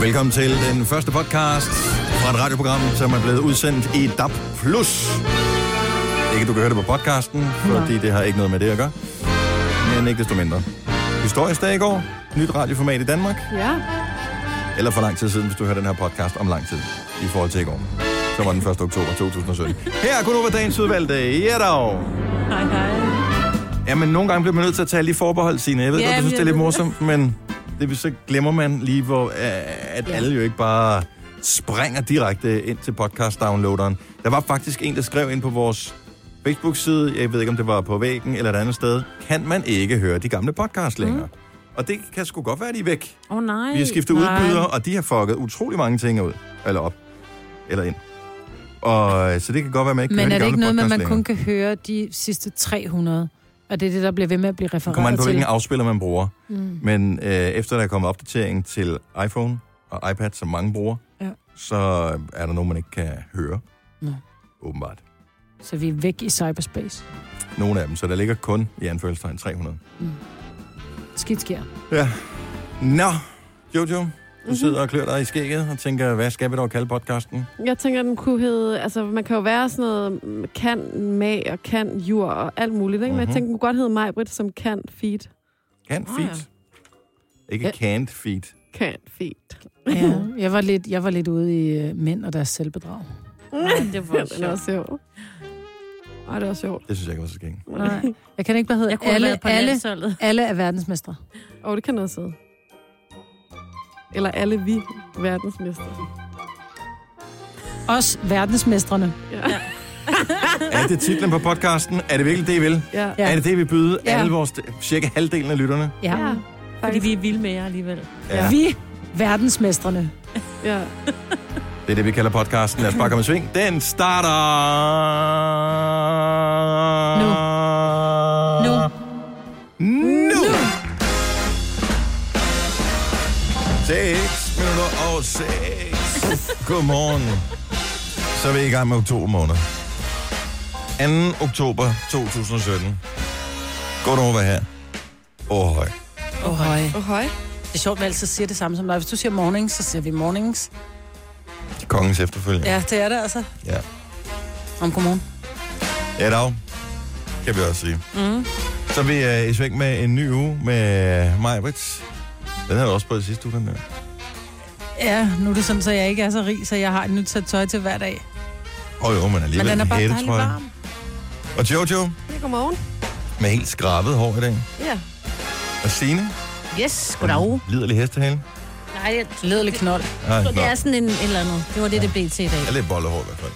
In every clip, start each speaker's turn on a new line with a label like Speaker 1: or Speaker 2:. Speaker 1: Velkommen til den første podcast fra et radioprogram, som er blevet udsendt i DAB+. Ikke du kan høre det på podcasten, fordi det har ikke noget med det at gøre. Men ikke desto mindre. Historisk dag i går. Nyt radioformat i Danmark.
Speaker 2: Ja.
Speaker 1: Eller for lang tid siden, hvis du hører den her podcast om lang tid. I forhold til i går. Så var den 1. oktober 2017. Her er kun over dagens udvalgte. Ja dog.
Speaker 2: Hej, hej.
Speaker 1: Jamen, nogle gange bliver man nødt til at tage lige forbehold, sine. Jeg ved
Speaker 2: Ja,
Speaker 1: ja, godt, du
Speaker 2: men
Speaker 1: synes, det er lidt
Speaker 2: jeg ved
Speaker 1: morsomt, men det, så glemmer man lige, hvor, øh, at ja.
Speaker 2: Ja.
Speaker 1: alle jo ikke bare springer direkte ind til podcast-downloaderen. Der var faktisk en, der skrev ind på vores Facebook-side, jeg ved ikke, om det var på væggen eller et andet sted, kan man ikke høre de gamle podcasts længere. Mm. Og det kan sgu godt være, at de er væk.
Speaker 2: Åh oh, nej.
Speaker 1: Vi har skiftet
Speaker 2: Nej.
Speaker 1: udbydere, og de har fucket utrolig mange ting ud. Eller op. Eller ind. Og, øh, så det kan godt være, at man ikke kan
Speaker 3: Men
Speaker 1: høre
Speaker 3: er
Speaker 1: de gamle
Speaker 3: det ikke noget med, at
Speaker 1: podcasts
Speaker 3: man
Speaker 1: længere.
Speaker 3: kun kan høre de sidste 300? Og det er det, der bliver ved med at blive
Speaker 1: Det kommer an
Speaker 3: refereret
Speaker 1: på, hvilken
Speaker 3: til.
Speaker 1: afspiller man bruger.
Speaker 3: Mm.
Speaker 1: Men øh, efter der er kommet opdatering til iPhone og iPad, som mange bruger, ja.
Speaker 3: Ja.
Speaker 1: så er der nogen, man ikke kan høre.
Speaker 3: Nå.
Speaker 1: Åbenbart.
Speaker 3: Så vi er væk i cyberspace.
Speaker 1: Nogle af dem, så der ligger kun i anførselstegn 300.
Speaker 3: Skidt sker.
Speaker 1: Ja. Nå, Jojo, du
Speaker 3: Mhm.
Speaker 2: Mhm.
Speaker 1: mm-hmm. sidder og klør dig i skægget og tænker, hvad skal vi dog kalde podcasten?
Speaker 2: Jeg tænker, den kunne hedde... Altså, man kan jo være sådan noget mm, kan mag og kan jur og alt muligt, ikke? Men
Speaker 1: Mhm.
Speaker 2: jeg tænker, den kunne godt hedde Majbrit som kan feed.
Speaker 1: Can't
Speaker 2: Nå,
Speaker 1: feed. Ikke
Speaker 3: Ah, Ja.
Speaker 1: can't feed.
Speaker 2: Kan feed.
Speaker 3: Ja, jeg var lidt, jeg var lidt ude i øh, mænd og deres selvbedrag.
Speaker 4: det
Speaker 2: Ja, den er også sjov. Ej, det er også sjovt.
Speaker 1: Det synes jeg ikke var så skægt.
Speaker 3: Nej. Jeg kan ikke, hvad hedder
Speaker 4: Jeg kunne alle, have været
Speaker 3: alle,
Speaker 4: på
Speaker 3: alle,
Speaker 4: landsholdet.
Speaker 3: alle er verdensmestre.
Speaker 2: Åh, oh, det kan også sidde. Eller alle vi verdensmester.
Speaker 3: Også verdensmestrene.
Speaker 2: Ja.
Speaker 1: Er det titlen på podcasten? Er det virkelig det, I vil?
Speaker 2: ja.
Speaker 1: Ja.
Speaker 3: Ja.
Speaker 1: Er det det, vi byder ja.
Speaker 3: Ja.
Speaker 1: alle vores, cirka halvdelen af lytterne?
Speaker 3: Ja.
Speaker 2: ja.
Speaker 4: Fordi vi er vilde med jer alligevel.
Speaker 3: ja. Vi verdensmestrene.
Speaker 2: Ja.
Speaker 1: Det er det, vi kalder podcasten. Lad os bare komme i sving. Den starter...
Speaker 3: Nu. Nu.
Speaker 1: Nu. Nu. 6 minutter og 6. Godmorgen. Så er vi i gang med oktober måned. 2. oktober 2017. Godt over her. Åh, høj.
Speaker 3: Åh, oh, høj.
Speaker 2: Og høj.
Speaker 3: Det er sjovt, at man altid siger det samme som dig. Hvis du siger mornings, så siger vi mornings.
Speaker 1: Kongens efterfølger.
Speaker 3: Ja, det er det altså.
Speaker 1: Ja.
Speaker 3: Om godmorgen.
Speaker 1: Ja, dag. Kan vi også sige. Mm. Så er vi øh, i sving med en ny uge med Maja Brits. Den havde du også på det sidste uge, den der.
Speaker 3: Ja, nu er det sådan, så jeg ikke er så rig, så jeg har et nyt sæt tøj til hver dag.
Speaker 1: Åh oh, jo, men alligevel
Speaker 3: Men den er bare
Speaker 1: hætte,
Speaker 3: dejlig
Speaker 1: tror jeg.
Speaker 3: varm.
Speaker 1: Og Jojo
Speaker 2: Ja, godmorgen.
Speaker 1: med helt skrabet hår i dag.
Speaker 2: Ja.
Speaker 1: Og Signe.
Speaker 4: Yes,
Speaker 1: den Liderlig hestehale.
Speaker 4: Nej, jeg
Speaker 3: Ledelig knold.
Speaker 1: Nej,
Speaker 4: tror,
Speaker 1: nå.
Speaker 4: det er sådan en et eller andet. Det var det, det blev til i dag.
Speaker 1: Jeg er lidt bollehår i hvert fald.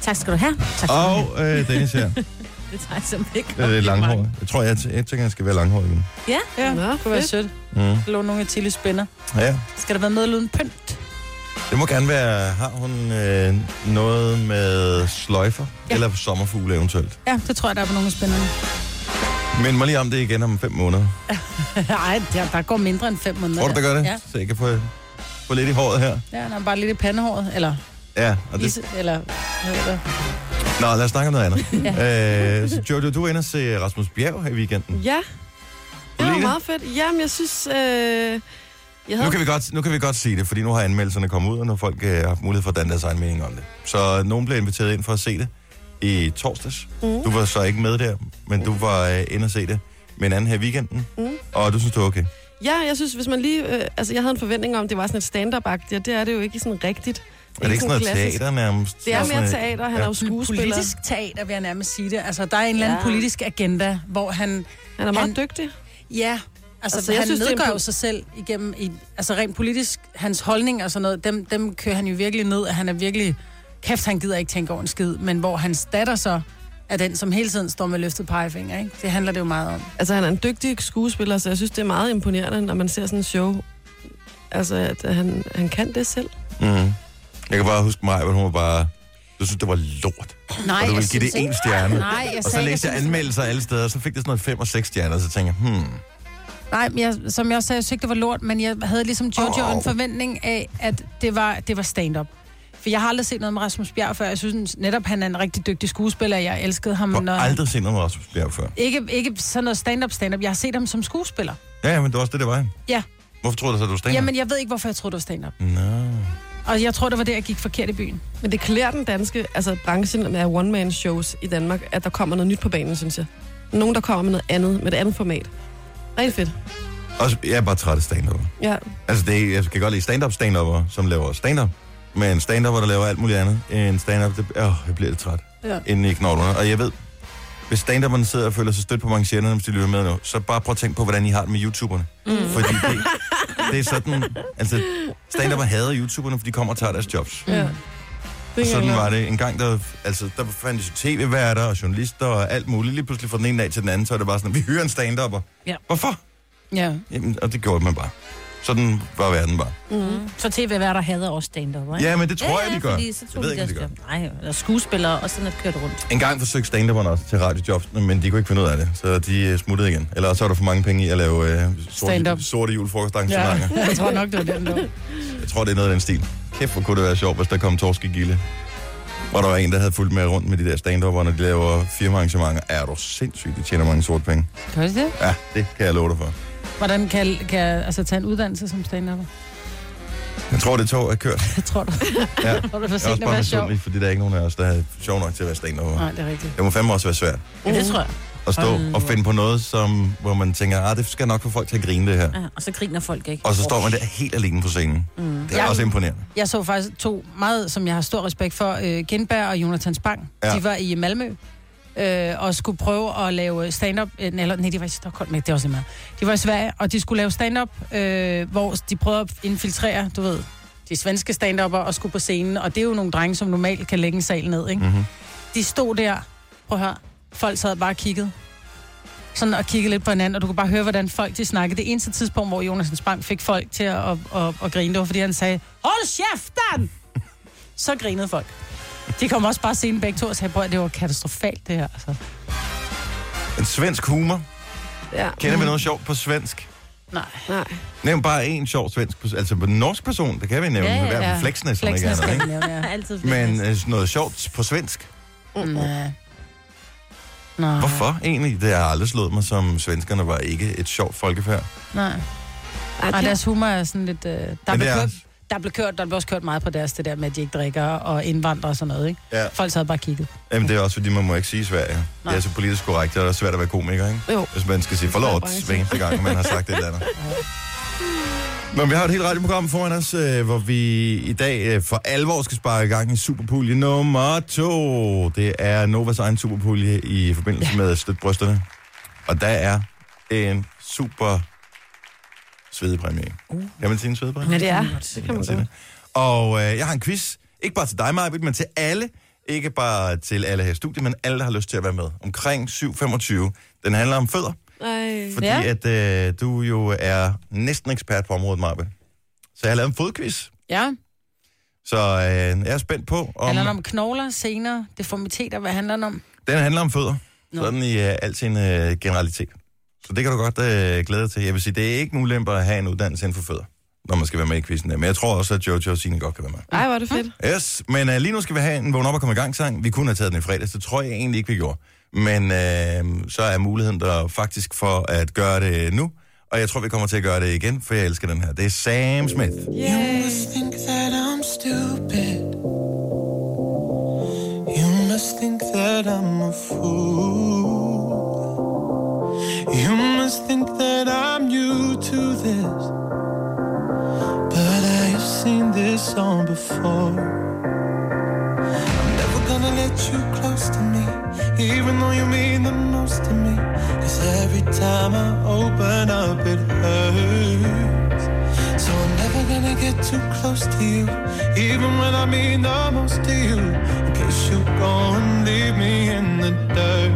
Speaker 4: Tak skal du have. Tak skal du have.
Speaker 1: Og øh, Dennis her.
Speaker 4: Det tager jeg som ikke.
Speaker 1: Det er lidt langhåret. Jeg tror, jeg, jeg tænker, jeg skal være langhåret igen.
Speaker 3: Ja,
Speaker 2: Nå,
Speaker 3: det kunne være
Speaker 2: fedt.
Speaker 3: sødt.
Speaker 1: Mm.
Speaker 3: Der lå nogle af Tillys spænder.
Speaker 1: Ja,
Speaker 3: Skal der være medlyden pynt?
Speaker 1: det må gerne være, har hun øh, noget med sløjfer? Ja.
Speaker 3: Ja.
Speaker 1: Eller sommerfugle eventuelt.
Speaker 3: Ja, det tror jeg, der er på nogle af spænderne.
Speaker 1: Mind mig lige om det igen om fem måneder.
Speaker 3: Nej, der, der går mindre end fem måneder.
Speaker 1: Tror du, der gør det?
Speaker 3: Ja,
Speaker 1: Så jeg kan få, få lidt i håret her.
Speaker 3: ja der er bare lidt i pandehåret. Eller,
Speaker 1: Ja, og det...
Speaker 3: is, eller hvad hedder det?
Speaker 1: Nå, lad os snakke om noget andet. ja. øh, så Jojo, du er inde og se øh, Rasmus Bjerg her i weekenden.
Speaker 2: Ja, det var
Speaker 1: Lene?
Speaker 2: meget fedt. Jamen, jeg synes... Øh, jeg havde
Speaker 1: Nu kan, vi godt, nu kan vi godt sige det, fordi nu har anmeldelserne kommet ud, og nu har folk øh, haft mulighed for at danne deres egen mening om det. Så nogen blev inviteret ind for at se det i torsdags. Mm. Du var så ikke med der, men du var øh, inde og se det med en anden her i weekenden. Mm. Og du synes, det var okay.
Speaker 2: Ja, jeg synes, hvis man lige... Øh, altså, jeg havde en forventning om, at det var sådan et stand up og det er det jo ikke sådan rigtigt.
Speaker 1: Er det ikke sådan noget
Speaker 2: klassisk.
Speaker 1: teater nærmest?
Speaker 2: Det er
Speaker 1: Sådan
Speaker 2: mere
Speaker 1: et-
Speaker 2: teater, han
Speaker 1: ja.
Speaker 2: er jo skuespiller.
Speaker 3: Politisk teater, vil jeg nærmest sige det. Altså, der er en eller anden
Speaker 4: Ja.
Speaker 3: politisk agenda, hvor han...
Speaker 2: Han er
Speaker 3: Han-
Speaker 2: meget dygtig.
Speaker 3: Ja, altså,
Speaker 2: Altså,
Speaker 3: altså
Speaker 2: jeg
Speaker 3: han
Speaker 2: synes,
Speaker 3: synes,
Speaker 2: det er en
Speaker 3: nedgør
Speaker 2: po-
Speaker 3: jo sig selv igennem... I, altså, rent politisk, hans holdning og sådan noget, dem, dem kører han jo virkelig ned, at han er virkelig... Kæft, han gider ikke tænke over en skid, men hvor hans datter så er den, som hele tiden står med løftet pegefinger, ikke? Det handler det jo meget om.
Speaker 2: Altså, han er en dygtig skuespiller, så jeg synes, det er meget imponerende, når man ser sådan en show. Altså, at han, han kan det selv.
Speaker 1: Mm. Jeg kan bare huske mig, hvor hun var bare... Du synes, det var lort.
Speaker 3: Nej,
Speaker 1: og du ville
Speaker 3: jeg
Speaker 1: give det
Speaker 3: synes ikke-
Speaker 1: en stjerne.
Speaker 3: Nej, jeg
Speaker 1: Og så
Speaker 3: sagde,
Speaker 1: læste jeg
Speaker 3: synes-
Speaker 1: anmeldelser alle steder, og så fik det sådan noget 5 og 6 stjerner, og så tænkte jeg, hmm,
Speaker 3: Nej, men jeg, som jeg også sagde, jeg synes ikke, det var lort, men jeg havde ligesom Jojo
Speaker 1: Åh.
Speaker 3: oh. en forventning af, at det var, det var stand-up. For jeg har aldrig set noget med Rasmus Bjerg før. Jeg synes netop, han er en rigtig dygtig skuespiller. Jeg elskede ham.
Speaker 1: du
Speaker 3: Når...
Speaker 1: har aldrig set noget med Rasmus Bjerg før.
Speaker 3: Ikke, ikke sådan noget stand-up, stand-up. Jeg har set ham som skuespiller.
Speaker 1: Ja, ja, men det var også det, det var.
Speaker 3: Ja,
Speaker 1: Hvorfor tror du så, du er stand
Speaker 3: Jamen, jeg ved ikke, hvorfor jeg troede, det var stand-up.
Speaker 1: Nå.
Speaker 3: Og jeg tror, det var det, jeg gik forkert i byen.
Speaker 2: Men det klæder den danske, altså branchen af one-man-shows i Danmark, at der kommer noget nyt på banen, synes jeg. Nogen, der kommer med noget andet, med et andet format. Rigtig fedt.
Speaker 1: Og så- jeg er bare træt af stand-up.
Speaker 2: Ja,
Speaker 1: Altså, det, jeg kan godt lide stand-up stand som laver stand-up. Men stand-up, der laver alt muligt andet end stand-up, det, åh, jeg bliver lidt træt
Speaker 3: Ja.
Speaker 1: inden i knoglerne. Og jeg ved, hvis stand sidder og føler sig stødt på manchetterne, hvis de lytter med nu, så bare prøv at tænke på, hvordan I har det med YouTuberne. Mm. Fordi det, det er sådan... Altså, stand hader YouTuberne, fordi de kommer og tager deres jobs.
Speaker 2: ja.
Speaker 1: Og
Speaker 2: Det
Speaker 1: sådan var det. En gang, der, altså, der fandt jo tv-værter og journalister og alt muligt. Lige pludselig fra den ene dag til den anden, så er det bare sådan, vi hører en stand-upper.
Speaker 4: Ja.
Speaker 1: Hvorfor?
Speaker 3: Ja.
Speaker 1: Jamen, og det gjorde man bare. Sådan var verden bare.
Speaker 4: Mm. Så tv-værter hader også stand-up, ikke?
Speaker 1: Ja, men det tror jeg, de gør.
Speaker 4: Fordi så
Speaker 1: Jeg
Speaker 4: tog
Speaker 1: ved
Speaker 4: de
Speaker 1: ikke, om
Speaker 4: deres
Speaker 1: de gør.
Speaker 4: job. Nej, eller skuespillere, og sådan at kørt rundt.
Speaker 1: En gang forsøgte stand også til radiojobs, men de kunne ikke finde ud af det, så de øh, smuttede igen. Eller så var der for mange penge i at lave øh,
Speaker 3: Stand-up.
Speaker 1: sorte, sorte
Speaker 3: ja.
Speaker 1: julefrokostarrangementer.
Speaker 3: Jeg tror nok, det var den, der. var.
Speaker 1: Jeg tror, det er noget af den stil. Kæft, hvor kunne det være sjovt, hvis der kom Torske Gilde. Hvor der var en, der havde fulgt med rundt med de der stand når de laver firmaarrangementer. Er du sindssygt, de tjener mange sorte penge.
Speaker 3: Kan du det?
Speaker 1: Ja, det kan jeg love dig for.
Speaker 3: Hvordan kan, kan jeg altså, tage en uddannelse som stand-upper?
Speaker 1: Jeg tror, det tog er kørt.
Speaker 3: Jeg tror du.
Speaker 1: Ja.
Speaker 3: Tror du, for
Speaker 1: Jeg er
Speaker 3: sent
Speaker 1: også
Speaker 3: at
Speaker 1: bare
Speaker 3: være sjov?
Speaker 1: misundelig, fordi der er ikke nogen af os, der er sjov nok til at være stand
Speaker 3: Nej, det er rigtigt. Uh.
Speaker 1: Det må fandme også være svært
Speaker 4: Ja, det tror jeg.
Speaker 1: at stå
Speaker 4: Hold nu
Speaker 1: og
Speaker 4: op.
Speaker 1: finde på noget, som, hvor man tænker, ah, det skal nok få folk til at grine det her.
Speaker 4: Ja, og så griner folk, ikke? Mm.
Speaker 1: Og så står man der helt alene på scenen. Mm. Det er
Speaker 3: Jeg-
Speaker 1: også imponerende.
Speaker 3: Jeg så faktisk to meget, som jeg har stor respekt for, øh, Genberg og Jonathan Spang.
Speaker 1: Ja.
Speaker 3: Ja. De var i Malmø øh, og skulle prøve at lave stand-up. Øh, eller, nej, de var i Stockholm, men det er også lige meget. De var i Sverige, og de skulle lave stand-up, øh, hvor de prøvede at infiltrere, du ved, de svenske stand og skulle på scenen. Og det er jo nogle drenge, som normalt kan lægge en sal ned, ikke?
Speaker 1: Mm-hmm.
Speaker 3: de stod der, prøv at høre, folk sad bare og kiggede. Sådan og kiggede lidt på hinanden, og du kunne bare høre, hvordan folk de snakkede. Det eneste tidspunkt, hvor Jonas Spang fik folk til at, at, at, at grine, det var, fordi han sagde, hold kæften! Så grinede folk. De kom også bare scenen begge to og sagde, "Prøv at høre, det var katastrofalt det her. Altså.
Speaker 1: En svensk humor.
Speaker 2: Ja.
Speaker 1: Kender vi noget sjovt på svensk?
Speaker 3: Nej.
Speaker 2: Nej.
Speaker 1: Nævn bare en sjov svensk. pers- Altså på en norsk person, det kan vi nævne.
Speaker 4: Ja, ja,
Speaker 1: Ja, ja, ja.
Speaker 3: ja.
Speaker 1: Fleksnes, som ikke
Speaker 3: Flexen
Speaker 1: er noget,
Speaker 3: skal
Speaker 1: ikke?
Speaker 3: jeg nævne, ja.
Speaker 4: Altid
Speaker 1: Men øh, sådan noget sjovt på svensk. Mm.
Speaker 2: Mm.
Speaker 3: Nej. Nej.
Speaker 1: Hvorfor egentlig? Det har aldrig slået mig, som svenskerne var ikke et sjovt folkefærd.
Speaker 3: Nej.
Speaker 2: Ej,
Speaker 3: Ej,
Speaker 2: det er
Speaker 3: deres humor er sådan lidt... Øh, der,
Speaker 1: Men
Speaker 3: blev
Speaker 1: det er-
Speaker 3: kørt, der blev kørt, der blev også kørt meget på deres, det der med, at de ikke drikker og indvandrere og sådan noget, ikke?
Speaker 1: Ja.
Speaker 3: Folk sad bare og kiggede.
Speaker 1: Jamen, det er også fordi, man må ikke sige i Sverige. Det
Speaker 3: Nej.
Speaker 1: er så politisk korrekt, og det er svært at være komiker, ikke?
Speaker 2: Jo.
Speaker 1: Hvis man skal sige forlåt hver eneste gang, man har sagt det eller andet. Men vi har et helt radioprogram foran os, øh, hvor vi i dag øh, for alvor skal spare i gang i superpulje nummer to. Det er Novas egen superpulje i forbindelse ja. med støt brysterne. Og der er en super svedepræmie. Uh. Kan man sige en svedepræmie?
Speaker 2: Ja, det er. Det kan man
Speaker 1: Kan man
Speaker 2: godt.
Speaker 1: sige det? Og øh, jeg har en quiz, ikke bare til dig, Majbrit, men til alle. Ikke bare til alle her i studiet, men alle, der har lyst til at være med. Omkring 7.25. Den handler om fødder,
Speaker 2: Ej.
Speaker 1: fordi ja.
Speaker 4: Ja.
Speaker 1: at øh, du jo er næsten ekspert på området, Majbrit. Så jeg har lavet en fodquiz.
Speaker 3: Ja.
Speaker 1: Så øh, jeg er spændt på, om...
Speaker 3: Handler den om knogler, senere, deformiteter, hvad handler den om?
Speaker 1: Den handler om fødder.
Speaker 3: Nå.
Speaker 1: Sådan i øh, al sin øh, generalitet. Så det kan du godt øh, glæde dig til. Jeg vil sige, det er ikke en ulempe at have en uddannelse inden for fødder, når man skal være med i quizzen der. Men jeg tror også, at Jojo og Signe godt kan være med.
Speaker 2: Ej, hvor er det fedt.
Speaker 1: Yes, men uh, lige nu skal vi have en vågn op og komme i gang sang. Vi kunne have taget den i fredags, det tror jeg egentlig ikke, vi gjorde. Men uh, så er muligheden der faktisk for at gøre det nu. Og jeg tror, vi kommer til at gøre det igen, for jeg elsker den her. Det er Sam Smith.
Speaker 2: Yay.
Speaker 5: think that I'm stupid. You must think that I'm a fool. You must think that I'm new to this. But I have seen this all before. I'm never gonna let you close to me, even though you mean the most to me. Cause every time I open up, it hurts. So I'm never gonna get too close to you, even when I mean the most to you. In case you go and leave me in the dirt.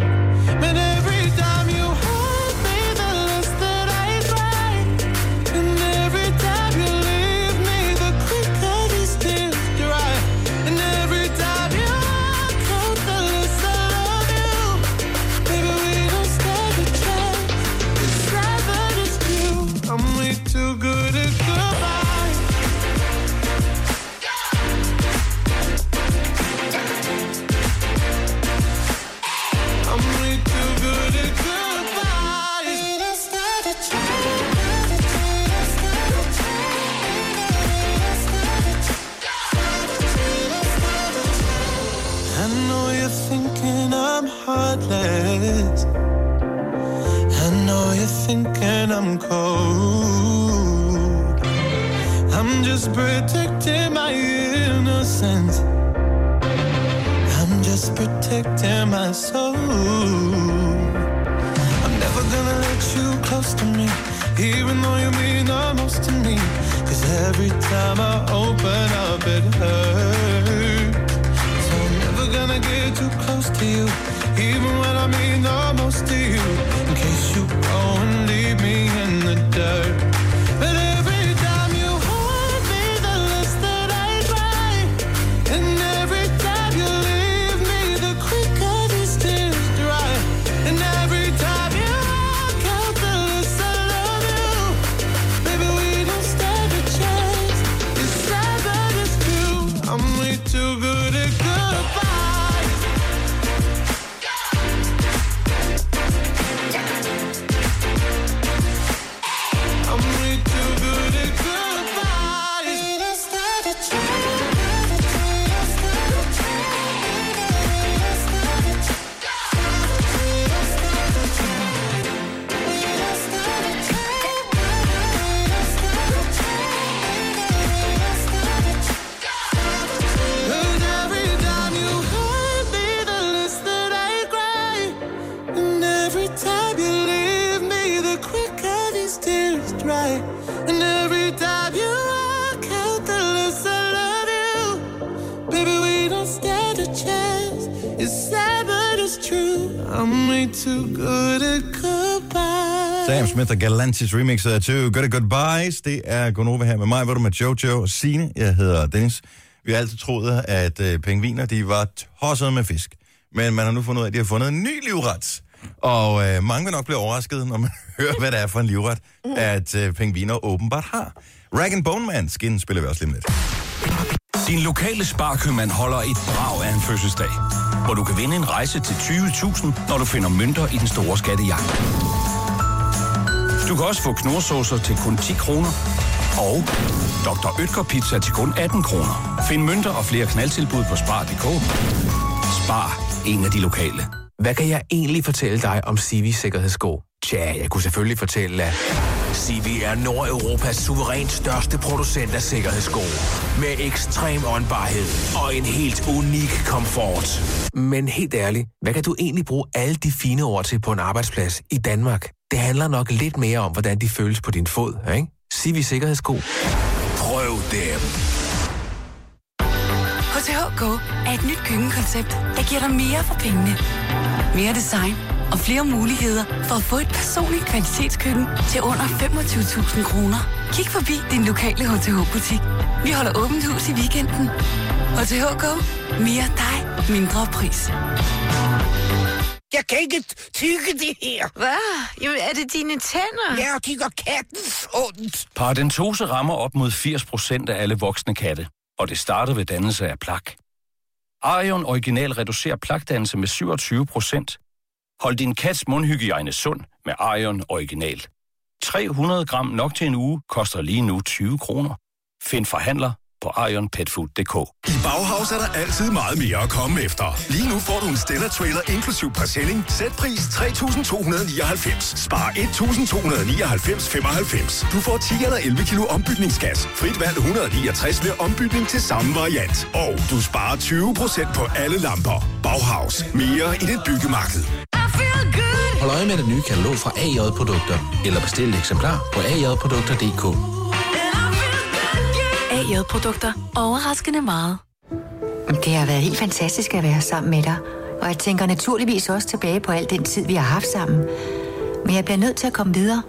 Speaker 5: But every time you hold me, the less that I try. And every time you leave me, the quicker these tears dry. And every time you are cold, the less I love you. Maybe we don't stand a chance. It's sad, but it's true. I'm way too good at goodbye. I'm reckless. I know you're thinking I'm cold. I'm just protecting my innocence. I'm just protecting my soul. I'm never gonna let you close to me, even though you mean the most to me. Cause every time I open up, it hurts. So I'm never gonna get too close to you, even when I mean the most to you. In case you go and leave me in the dirt. But every time you hold me, the less that I try. And every time you leave me, the quicker these tears dry. And every time you walk out, the less I love you. Baby, we don't stand a chance. It's sad, but it's true. I'm way too good at goodbyes. I'm way too good at goodbyes. And every time you hurt me, the less that I cry. And every time you leave me, the quicker these tears dry. And every time you walk out, the less I love you. Baby, we don't stand a chance. It's sad, but it's true. I'm way too good at goodbye.
Speaker 1: Sam Smith og Galantis remixet af Two Good Goodbyes. Det er Gunova her med mig, hvor du med Jojo og Signe. Jeg hedder Dennis. Vi har altid troet, at øh, pingviner de var tosset med fisk. Men man har nu fundet ud af, at de har fundet en ny livret. Og øh, mange vil nok blive overrasket, når man hører, hvad det er for en livret, at øh, pingviner åbenbart har. Rag and Bone Man skin spiller vi også lige om lidt.
Speaker 6: Din lokale sparekøbmand holder et brag af en fødselsdag, hvor du kan vinde en rejse til 20.000, når du finder mønter i den store skattejagt. Du kan også få knorsåser til kun 10 kroner, og Dr. Øtker Pizza til kun 18 kroner. Find mønter og flere knaldtilbud på spar.dk. Spar. En af de lokale.
Speaker 7: Hvad kan jeg egentlig fortælle dig om Sivis sikkerhedssko? Tja, jeg kunne selvfølgelig fortælle, at Sivi er Nordeuropas suverænt største producent af sikkerhedssko. Med ekstrem åndbarhed og en helt unik komfort. Men helt ærligt, hvad kan du egentlig bruge alle de fine ord til på en arbejdsplads i Danmark? Det handler nok lidt mere om, hvordan de føles på din fod, ikke? Sivi Sikkerhedssko.
Speaker 6: Prøv dem.
Speaker 8: Hos HK er et nyt køkkenkoncept, der giver dig mere for pengene. Mere design og flere muligheder for at få et personligt kvalitetskøkken til under 25.000 kroner. Kig forbi din lokale HTH-butik. Vi holder åbent hus i weekenden. HTH Go. Mere dig. Mindre pris.
Speaker 9: Jeg kan ikke tykke det her.
Speaker 8: Hvad? Jamen, er det dine tænder?
Speaker 9: Jeg tykker kattens ondt.
Speaker 6: Paradentose rammer op mod 80% af alle voksne katte, og det starter ved dannelse af plak. Arion Original reducerer plakdannelse med 27%. Hold din kats mundhygiejne sund med Arion Original. 300 gram nok til en uge koster lige nu 20 kroner. Find forhandler på arionpetfood.dk.
Speaker 10: I Bauhaus er der altid meget mere at komme efter. Lige nu får du en Stella trailer inklusiv parcelling. Sæt pris 3.299. Spar 1.299,95. Du får 10 eller 11 kilo ombytningsgas. Frit valg 169 ved ombytning til samme variant. Og du sparer 20% på alle lamper. Bauhaus. Mere i dit byggemarked.
Speaker 7: Hold øje med det nye katalog fra AJ Produkter. Eller bestil et eksemplar på ajprodukter.dk.
Speaker 8: AJ-produkter. Overraskende meget.
Speaker 11: Det har været helt fantastisk at være sammen med dig. Og jeg tænker naturligvis også tilbage på al den tid, vi har haft sammen. Men jeg bliver nødt til at komme videre.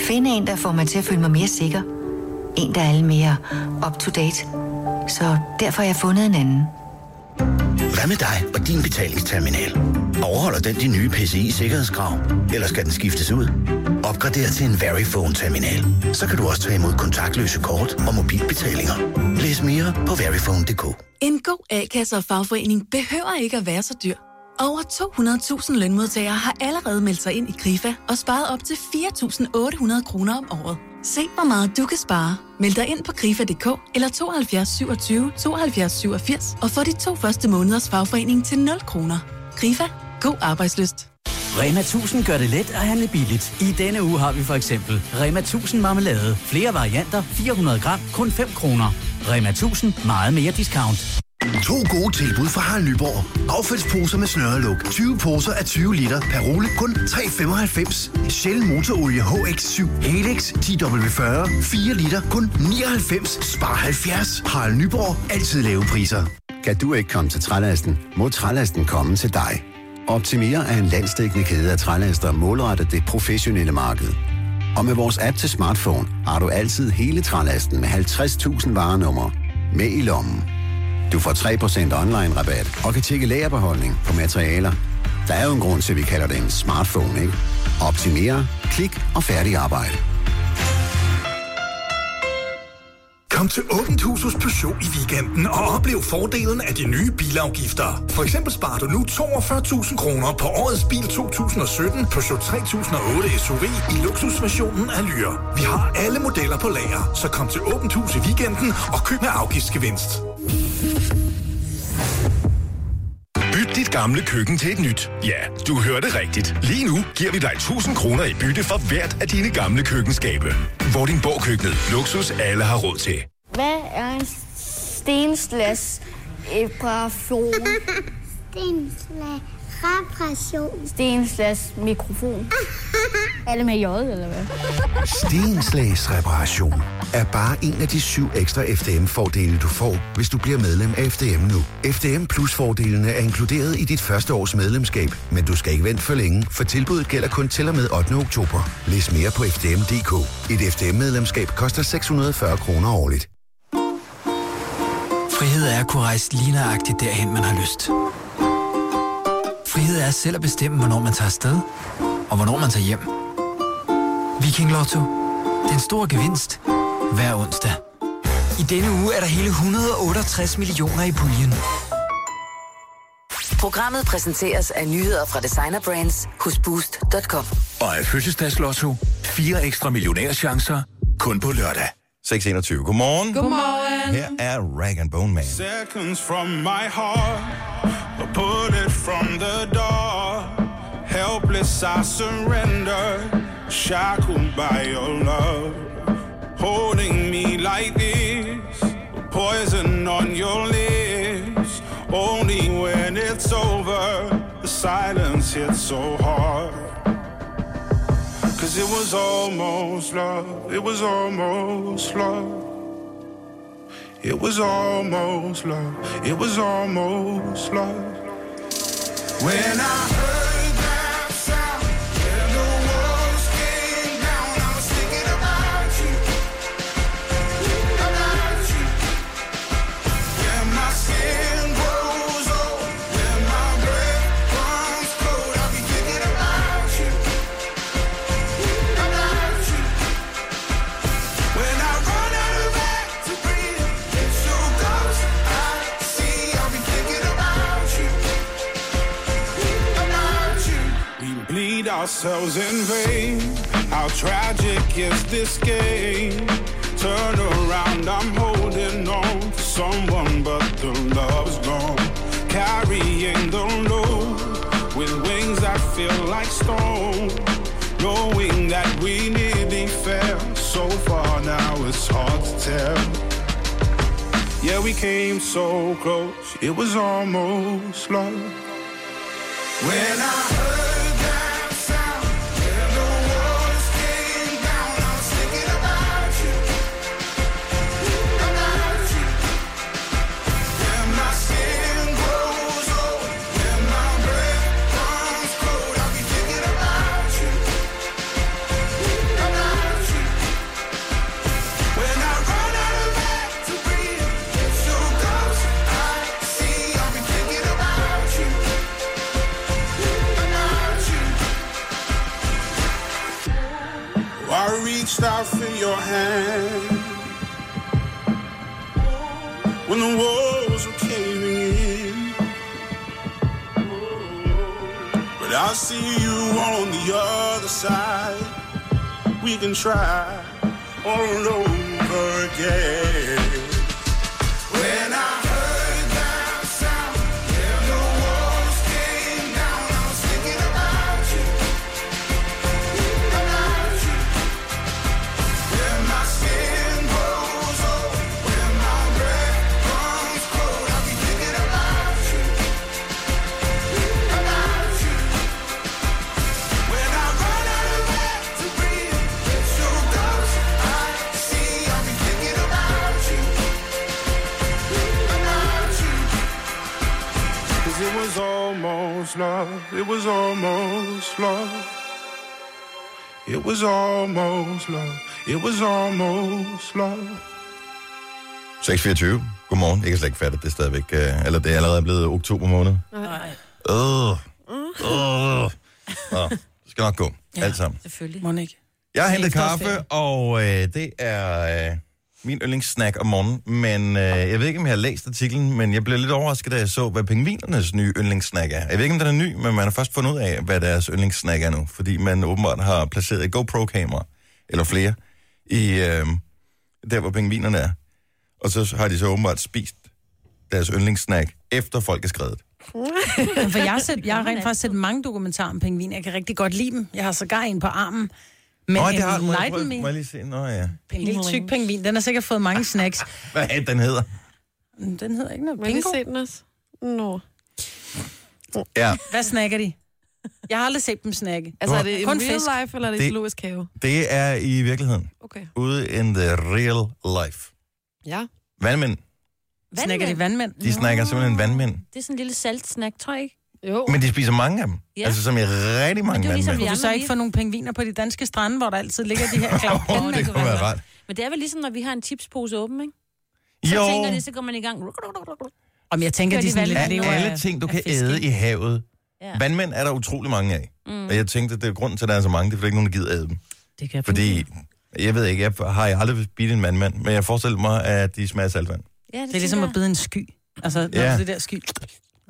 Speaker 11: Finde en, der får mig til at føle mig mere sikker. En, der er alle mere up-to-date. Så derfor har jeg fundet en anden.
Speaker 9: Hvad med dig og din betalingsterminal? Overholder den de nye PCI-sikkerhedskrav? Eller skal den skiftes ud? Opgrader til en Verifone-terminal. Så kan du også tage imod kontaktløse kort og mobilbetalinger. Læs mere på verifone.dk.
Speaker 8: En god A-kasse og fagforening behøver ikke at være så dyr. Over 200.000 lønmodtagere har allerede meldt sig ind i KRIFA og sparet op til 4.800 kroner om året. Se, hvor meget du kan spare. Meld dig ind på krifa.dk eller 72 27 72 87 og få de to første måneders fagforening til 0 kroner. KRIFA
Speaker 12: God arbejdsløst. Rema 1000 gør det let at handle billigt. I denne uge har vi for eksempel Rema 1000 marmelade. Flere varianter, 400 gram, kun 5 kroner. Rema 1000, meget mere discount.
Speaker 13: To gode tilbud fra Harald Nyborg. Affaldsposer med snøreluk. 20 poser af 20 liter per rulle kun 3,95. Shell motorolie HX7 Helix 10W40. 4 liter kun 99. Spar 70. Harald Nyborg. Altid lave priser.
Speaker 14: Kan du ikke komme til trælasten, må trælasten komme til dig. Optimere er en landsdækkende kæde af trælaster målrettet det professionelle marked. Og med vores app til smartphone har du altid hele trælasten med 50.000 varenumre med i lommen. Du får 3% online rabat og kan tjekke lagerbeholdning på materialer. Der er jo en grund til, at vi kalder det en smartphone, ikke? Optimere, klik og færdig arbejde.
Speaker 15: Kom til Åbent Hus hos Peugeot i weekenden og oplev fordelen af de nye bilafgifter. For eksempel sparer du nu 42.000 kroner på årets bil 2017 Peugeot 3008 SUV i luksusversionen af Lyre. Vi har alle modeller på lager, så kom til Åbent Hus i weekenden og køb med afgiftsgevinst.
Speaker 10: Byt dit gamle køkken til et nyt. Ja, du hørte rigtigt. Lige nu giver vi dig 1000 kroner i bytte for hvert af dine gamle køkkenskabe. Vordingborg Køkkenet. Luksus, alle har råd til.
Speaker 16: Hvad er en stenslas reparation? stenslas reparation. Stenslas mikrofon. Alle med J, eller hvad?
Speaker 13: Stenslags reparation er bare en af de syv ekstra FDM-fordele, du får, hvis du bliver medlem af FDM nu. FDM Plus-fordelene er inkluderet i dit første års medlemskab, men du skal ikke vente for længe, for tilbuddet gælder kun til og med 8. oktober. Læs mere på FDM.dk. Et FDM-medlemskab koster 640 kroner årligt.
Speaker 17: Frihed er at kunne rejse ligneragtigt derhen, man har lyst. Frihed er selv at bestemme, hvornår man tager afsted, og hvornår man tager hjem. Viking Lotto. Den store gevinst. Hver onsdag. I denne uge er der hele 168 millioner i puljen.
Speaker 8: Programmet præsenteres af nyheder fra designerbrands hos Boost.com.
Speaker 6: Og af fødselsdagslotto. Fire ekstra millionærchancer. Kun på lørdag.
Speaker 1: 621. Godmorgen.
Speaker 6: Godmorgen.
Speaker 1: Her er Rag and Bone Man.
Speaker 18: Seconds from my heart, a bullet from the door. Helpless, I surrender, shackled by your love. Holding me like this, poison on your lips. Only when it's over, the silence hits so hard. Cause it was almost love, it was almost love. It was almost love, it was almost love. When I heard that sound, when the walls came down, I was thinking about you, about you. When my skin grows old, when my breath comes cold, I'll be thinking about you, about you. When I run out of air to breathe, it's your ghost I see. I'll be thinking about you, about you. We bleed ourselves in vain. How tragic is this game? Turn around, I'm holding on to someone, but the love's gone. Carrying the load with wings that feel like stone. Knowing that we nearly fell so far now, it's hard to tell. Yeah, we came so close, it was almost love. When I heard that sound, when the walls came down, I was thinking about you, about you. When my skin grows old, when my breath comes cold, I'll be thinking about you, about you. When I run out of air to breathe, it's your ghost I see. I'll be thinking about you, about you. I reached out for your hand when the walls were caving in. But I see you on the other side. We can try all over again. When I heard that sound, when the walls came down, I was love, it was almost love. It was almost love, it was almost love.
Speaker 1: 6.24. Godmorgen. Jeg kan slet ikke fatte, at det er stadigvæk... øh, Eller det er allerede blevet oktober måned.
Speaker 4: Nej.
Speaker 1: Øh. Øh. Nå, det skal nok gå. Alt sammen.
Speaker 4: Selvfølgelig.
Speaker 3: Må ikke.
Speaker 1: Jeg har hentet
Speaker 3: Seneste års ferie.
Speaker 1: kaffe, og øh, det er øh, min yndlingssnack om morgenen. Men øh, jeg ved ikke, om jeg har læst artiklen, men jeg blev lidt overrasket, da jeg så, hvad pingvinernes nye yndlingssnack er. Jeg ved ikke, om den er ny, men man har først fundet ud af, hvad deres yndlingssnack er nu. Fordi man åbenbart har placeret et GoPro-kamera, eller flere, i øh, der, hvor pingvinerne er. Og så har de så åbenbart spist deres yndlingssnack, efter folk er skrevet.
Speaker 3: Jamen, for jeg har, set, jeg har rent faktisk set mange dokumentarer om pingvin. Jeg kan rigtig godt lide dem. Jeg har sågar en på armen. Men
Speaker 1: Nå,
Speaker 3: en
Speaker 1: det har den. Må jeg,
Speaker 3: Enlighten
Speaker 1: prøve-
Speaker 3: Me-
Speaker 1: må jeg lige se? Nå ja.
Speaker 3: En lille tyk pingvin. Den har sikkert fået mange snacks.
Speaker 1: Hvad er det, den hedder?
Speaker 3: Den hedder ikke noget.
Speaker 2: Må jeg lige
Speaker 3: Bingo.
Speaker 2: se den også? Nå.
Speaker 1: Ja.
Speaker 3: Hvad snakker de? Jeg har aldrig set dem snakke.
Speaker 2: Altså, er det i
Speaker 3: Kun
Speaker 2: real
Speaker 3: fisk.
Speaker 2: life, eller er det,
Speaker 1: Det-
Speaker 2: i zoologisk have?
Speaker 1: Det er i virkeligheden.
Speaker 2: Okay.
Speaker 1: Ude in the real life.
Speaker 2: Ja.
Speaker 1: Vandmænd,
Speaker 3: Snakker de vandmænd?
Speaker 1: de snakker simpelthen vandmænd.
Speaker 4: Det er sådan en lille saltsnack, tror jeg ikke?
Speaker 2: Jo.
Speaker 1: Men de spiser mange af dem.
Speaker 4: Ja.
Speaker 1: Ja. Altså som i rigtig mange
Speaker 4: det er jo ligesom
Speaker 1: vandmænd.
Speaker 4: vi
Speaker 3: Du så ikke få nogle pingviner på de danske strande, hvor der altid ligger de her klap.
Speaker 1: Åh, det kunne være rart.
Speaker 4: Men det er vel ligesom, når vi har en chipspose åben, ikke? Så
Speaker 1: Jo.
Speaker 4: tænker det, så går man i gang.
Speaker 3: Om jeg tænker,
Speaker 4: Gør
Speaker 3: de
Speaker 4: de
Speaker 3: sådan
Speaker 4: valg-
Speaker 3: lidt
Speaker 1: Af
Speaker 3: lever
Speaker 1: alle
Speaker 3: af-
Speaker 1: ting, du
Speaker 3: af
Speaker 1: kan
Speaker 3: fisk,
Speaker 1: æde
Speaker 3: ikke?
Speaker 1: i havet.
Speaker 4: Ja.
Speaker 1: Vandmænd er der utrolig mange af.
Speaker 4: Mm.
Speaker 1: Og jeg tænkte, at det er grunden til, at der er så mange, det er fordi ikke nogen, der gider æde dem.
Speaker 4: Det kan
Speaker 1: Fordi, jeg ved ikke, jeg har jeg aldrig bidt en vandmand, men jeg forestiller mig, at de smager af saltvand.
Speaker 4: Ja, det,
Speaker 3: det er ligesom at bide en sky. Altså, når
Speaker 1: Ja.
Speaker 3: ja. det der sky.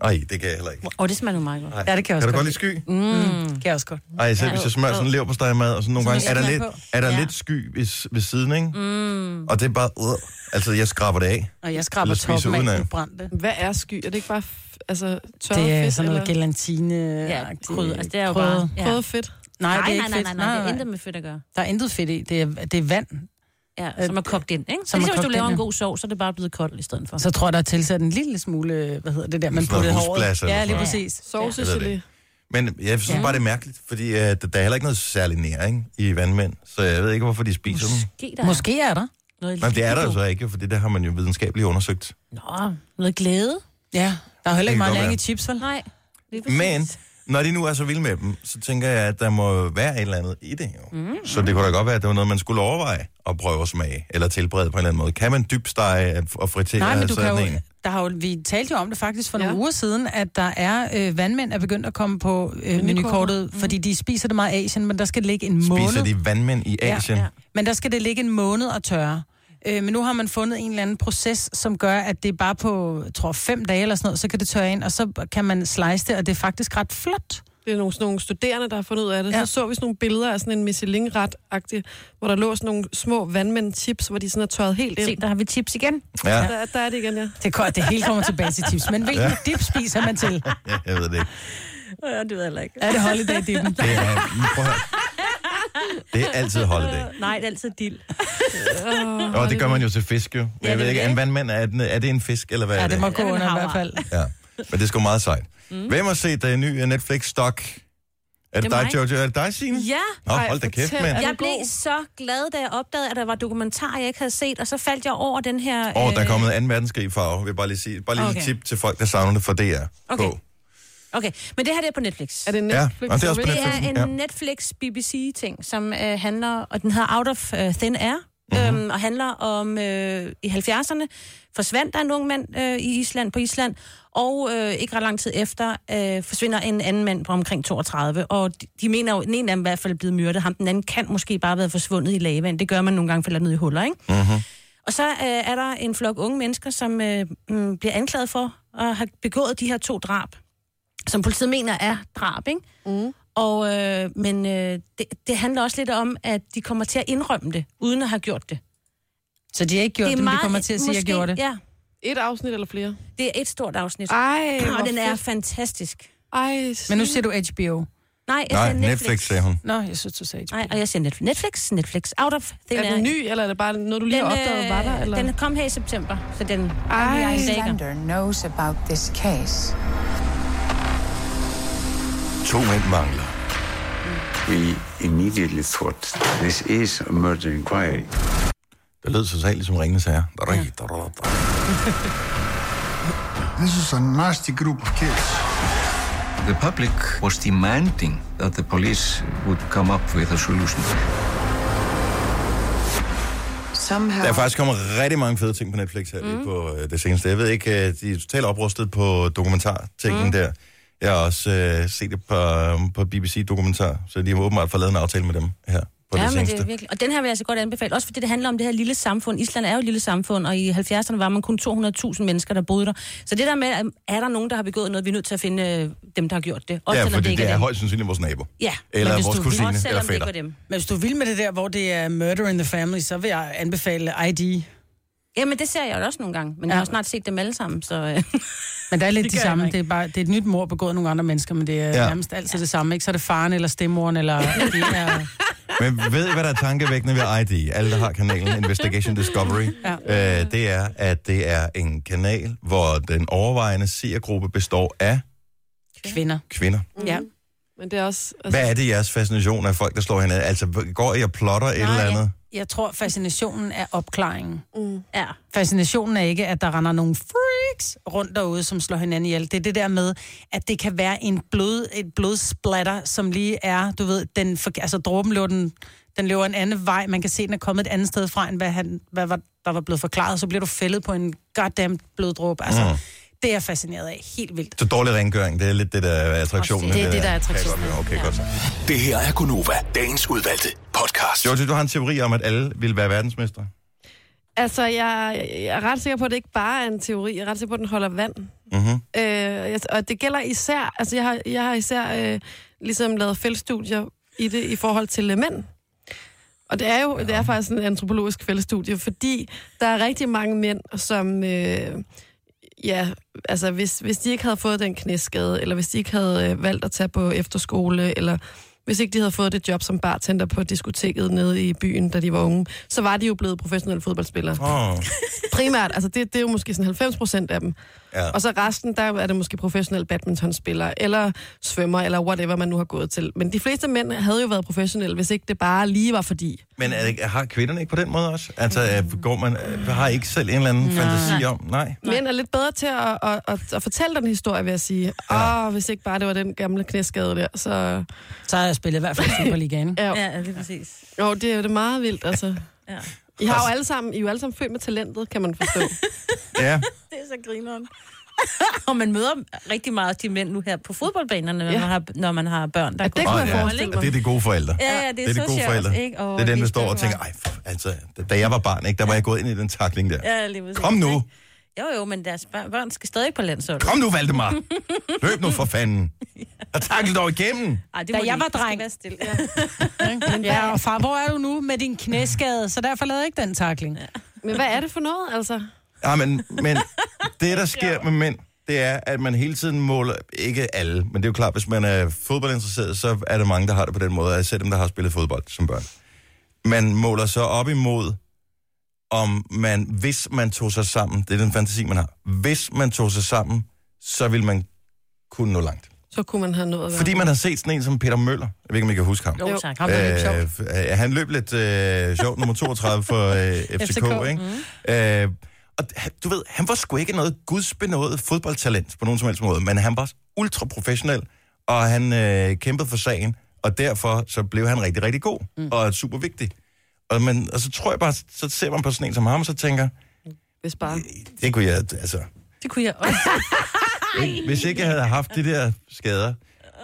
Speaker 1: Ej, det kan jeg heller ikke.
Speaker 4: Åh, oh, det smager nu meget godt.
Speaker 1: Ej.
Speaker 3: Ja, det kan jeg også
Speaker 1: Kan du
Speaker 3: godt
Speaker 1: godt lide sky?
Speaker 4: Mm. Kan
Speaker 3: jeg også godt.
Speaker 1: Ej, selv hvis jeg smører sådan en leverpostejmad, og sådan nogle
Speaker 3: Sådan
Speaker 1: gange, er
Speaker 3: lidt
Speaker 1: der lidt,
Speaker 3: smag på.
Speaker 1: er der
Speaker 3: Ja.
Speaker 1: lidt sky ved, ved siden, ikke?
Speaker 4: Mm.
Speaker 1: Og det er bare, øh, altså jeg skraber det af.
Speaker 3: Og jeg
Speaker 1: Eller
Speaker 3: skraber
Speaker 1: spiser
Speaker 3: toppen af
Speaker 1: udenad.
Speaker 3: den brændte.
Speaker 2: Hvad er sky? Er det ikke bare f- altså, tørret
Speaker 3: Det er
Speaker 2: fedt,
Speaker 3: sådan noget
Speaker 2: eller?
Speaker 3: gelatine Ja,
Speaker 4: krydder. Altså, det er jo bare- ja.
Speaker 2: Krydret fedt.
Speaker 3: Nej, det er
Speaker 4: nej,
Speaker 3: ikke
Speaker 4: nej, nej,
Speaker 3: fedt.
Speaker 4: nej, nej, det er intet med fedt at gøre.
Speaker 3: Der er intet fedt i. Det er, det er vand.
Speaker 4: Ja, som er kogt ind, ikke? Så
Speaker 3: Som er
Speaker 4: ligesom, hvis du
Speaker 3: kogt
Speaker 4: laver
Speaker 3: ind,
Speaker 4: en
Speaker 3: ja.
Speaker 4: god sov, så er det bare blevet koldt i stedet for.
Speaker 3: Så tror jeg, der er tilsat en lille smule, hvad hedder det der, man
Speaker 1: Sådan noget
Speaker 3: putter i
Speaker 1: husblas
Speaker 3: håret.
Speaker 1: eller
Speaker 3: Ja,
Speaker 1: sådan
Speaker 3: lige
Speaker 1: noget.
Speaker 3: præcis.
Speaker 1: Jeg ved det ikke. Men jeg synes
Speaker 3: Ja.
Speaker 1: ja. bare, det er mærkeligt, fordi uh, der er heller ikke noget særlig næring i vandmænd, så jeg ved ikke, hvorfor de spiser dem.
Speaker 4: Måske der
Speaker 3: Måske er der.
Speaker 4: Noget
Speaker 1: Men det er der jo så ikke, jo, fordi det har man jo videnskabeligt undersøgt.
Speaker 4: Nå, noget glæde.
Speaker 3: Ja, der er heller
Speaker 1: Det kan
Speaker 3: ikke meget
Speaker 1: godt
Speaker 3: læring i
Speaker 1: være.
Speaker 3: chips, vel?
Speaker 4: Nej. Lige præcis.
Speaker 1: Men når de nu er så vilde med dem, så tænker jeg, at der må være et eller andet i det. Jo. Mm. Så det kunne da godt være, at det var noget, man skulle overveje at prøve at smage, eller tilberede på en eller anden måde. Kan man dybstege og fritere
Speaker 3: Nej, men du
Speaker 1: sådan
Speaker 3: kan jo,
Speaker 1: en?
Speaker 3: der har jo, vi talte jo om det faktisk for ja. nogle uger siden, at der er øh, vandmænd er begyndt at komme på øh, menukortet, mm. fordi de spiser det meget i Asien, men der skal det ligge en måned.
Speaker 1: Spiser de vandmænd i Asien? Ja, ja.
Speaker 3: Men der skal det ligge en måned og tørre. Øh, men nu har man fundet en eller anden proces, som gør, at det er bare på, jeg tror, fem dage eller sådan noget, så kan det tørre ind, og så kan man slice det, og det er faktisk ret flot.
Speaker 2: Det er nogle, sådan nogle studerende, der har fundet ud af det. Ja.
Speaker 3: Ja.
Speaker 2: Så så vi sådan nogle billeder af sådan en Michelin-ret-agtig, hvor der lå sådan nogle små vandmænd-chips, hvor de sådan er tørret helt ind.
Speaker 4: Se, der har vi chips igen.
Speaker 1: Ja.
Speaker 2: Der, der er det igen, ja.
Speaker 3: Det, går, det hele kommer tilbage til tips. Men hvilken
Speaker 1: Ja.
Speaker 3: ja. dip spiser man til?
Speaker 1: Jeg ved det ikke.
Speaker 4: Ja, det ved jeg heller ikke.
Speaker 3: Er det holiday-dippen?
Speaker 1: Det er, prøv at høre. det er altid holiday.
Speaker 4: Øh, Nej, det er altid dild.
Speaker 1: Og det gør man jo til fisk, jo. Men ja,
Speaker 4: Ja,
Speaker 1: jeg
Speaker 4: det
Speaker 1: ved
Speaker 4: er
Speaker 1: ikke, er en vandmand, er, den, er det en fisk, eller hvad
Speaker 3: Ja,
Speaker 1: er det?
Speaker 3: det må gå under i hvert fald.
Speaker 1: Ja, men det er sgu meget sejt. Mm. Hvem har set den nye Netflix-stok? Er det,
Speaker 4: Det
Speaker 1: det
Speaker 4: er
Speaker 1: dig,
Speaker 4: mig.
Speaker 1: Jojo? Er det dig, Signe?
Speaker 4: Ja.
Speaker 1: Nå, hold da kæft, mand.
Speaker 4: Jeg blev så glad, da jeg opdagede, at der var dokumentar, jeg ikke havde set, og så faldt jeg over den her...
Speaker 1: Åh, der er kommet 2. verdenskrig i farve, vil jeg bare lige sige. Bare lige okay.
Speaker 4: Okay.
Speaker 1: tip til folk, der savner det fra DR.
Speaker 4: Okay.
Speaker 1: På.
Speaker 4: Okay, men det her det er på Netflix.
Speaker 2: Er det
Speaker 1: Ja, Netflix og det er også på
Speaker 4: Det er
Speaker 1: Netflixen,
Speaker 4: en
Speaker 1: ja.
Speaker 4: Netflix-BBC-ting, som øh, handler, og den hedder Out of øh, Thin Air, mm-hmm. øhm, og handler om, øh, i 70'erne forsvandt der en ung mand øh, i Island, på Island, og øh, ikke ret lang tid efter øh, forsvinder en anden mand på omkring 32, og de, de mener jo, den ene af dem i hvert fald er blevet myrdet, ham den anden kan måske bare have været forsvundet i lavaen, det gør man nogle gange, falder ned i huller, ikke?
Speaker 19: Mm-hmm.
Speaker 4: Og så øh, er der en flok unge mennesker, som øh, mm, bliver anklaget for at have begået de her to drab, som politiet mener er drab, ikke? Mm. Og, øh, men øh, det, det handler også lidt om, at de kommer til at indrømme det, uden at have gjort det.
Speaker 3: Så de har ikke gjort det, men de kommer til at sige, at jeg gjorde det. Ah,
Speaker 4: Ja.
Speaker 2: Et afsnit eller flere?
Speaker 4: Det er et stort afsnit. Øh,
Speaker 2: Ej, hvor
Speaker 4: Og den er
Speaker 2: fedt.
Speaker 4: fantastisk.
Speaker 2: Ej,
Speaker 3: Men nu siger du HBO.
Speaker 4: Nej, jeg
Speaker 1: Nej,
Speaker 4: siger Netflix.
Speaker 1: Netflix, sagde hun.
Speaker 3: Nå, jeg synes, du sagde
Speaker 4: Nej, og jeg siger Netflix. Netflix, Netflix, out of thin
Speaker 2: Er den
Speaker 4: air.
Speaker 2: ny, eller er det bare noget, du lige har
Speaker 4: Den,
Speaker 2: opdaget,
Speaker 4: øh,
Speaker 2: var der? Eller?
Speaker 4: Den kom her i september, så den...
Speaker 19: Ivy
Speaker 4: Jeg er sikker.
Speaker 19: Alexander knows about this case.
Speaker 20: To mænd mangler. We immediately thought, this is a murder inquiry.
Speaker 1: Det lød totalt ligesom ringende sager.
Speaker 21: This is a nasty group of kids.
Speaker 5: The public was demanding that the police would come up with a solution.
Speaker 1: Der er faktisk kommet rigtig mange fede ting på Netflix her mm. på øh, det seneste. Jeg ved ikke, øh, de er totalt oprustet på dokumentartingen mm. der. Jeg har også øh, set det på, øh, på BBC-dokumentar, så de har åbenbart fået lavet en aftale med dem her på ja,
Speaker 4: ja,
Speaker 1: det
Speaker 4: men
Speaker 1: seneste.
Speaker 4: det er virkelig. Og den her vil jeg altså godt anbefale, også fordi det handler om det her lille samfund. Island er jo et lille samfund, og i 70'erne var man kun 200.000 mennesker, der boede der. Så det der med, at er der nogen, der har begået noget, vi er nødt til at finde øh, dem, der har gjort det.
Speaker 1: ja,
Speaker 4: selvom
Speaker 1: fordi
Speaker 4: ikke
Speaker 1: det er
Speaker 4: dem.
Speaker 1: højst sandsynligt vores nabo.
Speaker 4: Ja,
Speaker 1: Eller
Speaker 4: men hvis
Speaker 1: vores
Speaker 4: du-
Speaker 1: kusine,
Speaker 4: også selvom
Speaker 1: eller
Speaker 4: det ikke
Speaker 1: fætter.
Speaker 4: var dem.
Speaker 3: Men hvis du vil med det der, hvor det er murder in the family, så vil jeg anbefale ID.
Speaker 4: Jamen, det ser jeg jo også nogle gange, men ja. jeg har jo snart set dem alle sammen, så... Øh.
Speaker 3: Men der er lidt
Speaker 4: Det
Speaker 3: det,
Speaker 4: gør
Speaker 3: det
Speaker 4: jeg
Speaker 3: samme.
Speaker 4: ikke.
Speaker 3: Det er, bare, det er et nyt mor begået af nogle andre mennesker, men det er
Speaker 1: Ja.
Speaker 3: ja. nærmest altid det samme. Ikke? Så er det faren eller stemmoren, eller det er...
Speaker 1: Men ved I, hvad der er tankevækkende ved ID? Alle, der har kanalen Investigation Discovery, ja. øh, det er, at det er en kanal, hvor den overvejende seergruppe består af
Speaker 3: Kvinder.
Speaker 1: kvinder.
Speaker 4: Mm.
Speaker 2: Ja. Men det er også...
Speaker 1: Hvad er det jeres fascination af folk, der slår hinanden? Altså, går I og plotter et eller andet?
Speaker 3: Jeg tror, fascinationen er opklaringen.
Speaker 2: Mm.
Speaker 4: Ja.
Speaker 3: Fascinationen er ikke, at der render nogle freaks rundt derude, som slår hinanden ihjel. Det er det der med, at det kan være en blod, et blodsplatter, som lige er, du ved, den, for, altså dråben løber den, den løber en anden vej. Man kan se, den er kommet et andet sted fra, end hvad, han, hvad var, der var blevet forklaret. Så bliver du fældet på en goddamn bloddråbe. Altså,
Speaker 1: Mm.
Speaker 3: mm. det er jeg fascineret af. Helt vildt.
Speaker 1: Så dårlig rengøring, det er lidt det, der er attraktionen.
Speaker 3: Det er det, der er
Speaker 1: kan jeg godt
Speaker 3: attraktionen.
Speaker 1: høre. Okay, godt.
Speaker 10: Det her er Gunova, dagens udvalgte podcast.
Speaker 1: Jojo, du har en teori om, at alle vil være verdensmestre.
Speaker 2: Altså, jeg, jeg er ret sikker på, at det ikke bare er en teori. Jeg er ret sikker på, at den holder vand.
Speaker 1: Mm-hmm.
Speaker 2: Øh, jeg- og det gælder især... Altså, jeg har, jeg har især øh, ligesom lavet feltstudier i det i forhold til øh, mænd. Og det er jo det er faktisk en antropologisk feltstudie, fordi der er rigtig mange mænd, som... Øh, ja, altså hvis, hvis de ikke havde fået den knæskade, eller hvis de ikke havde øh, valgt at tage på efterskole, eller hvis ikke de havde fået det job som bartender på diskoteket nede i byen, da de var unge, så var de jo blevet professionelle fodboldspillere.
Speaker 1: Åh.
Speaker 2: Primært, altså det, det er jo måske sådan 90 procent af dem.
Speaker 1: Ja.
Speaker 2: Og så resten, der er det måske professionelle badmintonspillere, eller svømmer, eller whatever man nu har gået til. Men de fleste mænd havde jo været professionelle, hvis ikke det bare lige var fordi.
Speaker 1: Men er det, ikke- har kvinderne ikke på den måde også? Altså, øh, går man, øh, har I ikke selv en eller anden
Speaker 2: Nej.
Speaker 1: fantasi om? Nej.
Speaker 2: Mænd er lidt bedre til at, at, at, at fortælle den historie, vil jeg sige. Åh, ja. oh, hvis ikke bare det var den gamle knæskade der, så...
Speaker 3: Så har jeg spillet i hvert fald Superligaen.
Speaker 2: ja.
Speaker 4: ja, det er præcis.
Speaker 2: Jo, det er jo det meget vildt, altså.
Speaker 4: ja.
Speaker 2: I
Speaker 1: Altså-
Speaker 2: har jo alle sammen, I er jo alle sammen født med talentet, kan man forstå.
Speaker 1: Ja.
Speaker 4: Det er så grineren. og man møder rigtig meget de mænd nu her på fodboldbanerne, når,
Speaker 2: Ja.
Speaker 4: man, har, når man har børn, der ja,
Speaker 1: Åh, ja. Og Det er de gode forældre.
Speaker 4: Ja, ja, det er,
Speaker 1: de
Speaker 4: så
Speaker 1: gode
Speaker 4: sjovt,
Speaker 1: forældre.
Speaker 4: ikke?
Speaker 1: det
Speaker 4: Åh,
Speaker 1: er dem,
Speaker 4: vi
Speaker 1: der
Speaker 4: skal
Speaker 1: står og
Speaker 4: så
Speaker 1: tænker, ej, f- altså, da jeg var barn, ikke, der var jeg gået ind i den takling der.
Speaker 4: Ja, lige præcis.
Speaker 1: Kom nu,
Speaker 4: Jo, jo, men deres børn, børn skal stadig på landsholdet.
Speaker 1: kom nu, Valdemar. Løb nu for fanden. Og takle dog igennem.
Speaker 4: Ej, det
Speaker 3: Da
Speaker 4: må de
Speaker 3: jeg
Speaker 4: ikke.
Speaker 3: var
Speaker 4: Det skal
Speaker 3: dreng.
Speaker 4: være stille.
Speaker 3: Ja, og far, hvor er du nu med din knæskade? Så derfor lavede jeg ikke den takling.
Speaker 2: Men hvad er det for noget, altså?
Speaker 1: Ja, Ah, men, men det, der sker med mænd, det er, at man hele tiden måler, ikke alle, men det er jo klart, hvis man er fodboldinteresseret, så er der mange, der har det på den måde, selv dem, der har spillet fodbold som børn. Man måler så op imod, om man, hvis man tog sig sammen, det er den fantasi, man har, hvis man tog sig sammen, så vil man kunne nå langt.
Speaker 2: Så kunne man have noget at
Speaker 1: Fordi man har set sådan en som Peter Møller. Jeg ved ikke, om I kan huske ham.
Speaker 2: Jo, Jo. tak. Ham, der
Speaker 1: Øh,
Speaker 2: løb
Speaker 1: f- øh, han løb lidt øh, sjovt, nummer 32 for øh, FCK,
Speaker 2: FCK,
Speaker 3: mm.
Speaker 1: ikke? Øh, og d- han- du ved, han var sgu ikke noget gudsbenået fodboldtalent på nogen som helst måde, men han var ultra professionel, og han øh, kæmpede for sagen, og derfor så blev han rigtig, rigtig god, mm. og super vigtig. Og, men, og så tror jeg bare, så ser man på sådan en som ham, og så tænker,
Speaker 2: Hvis bare...
Speaker 1: det kunne jeg, altså,
Speaker 4: Det kunne jeg også.
Speaker 1: ikke? Hvis ikke jeg havde haft de der skader.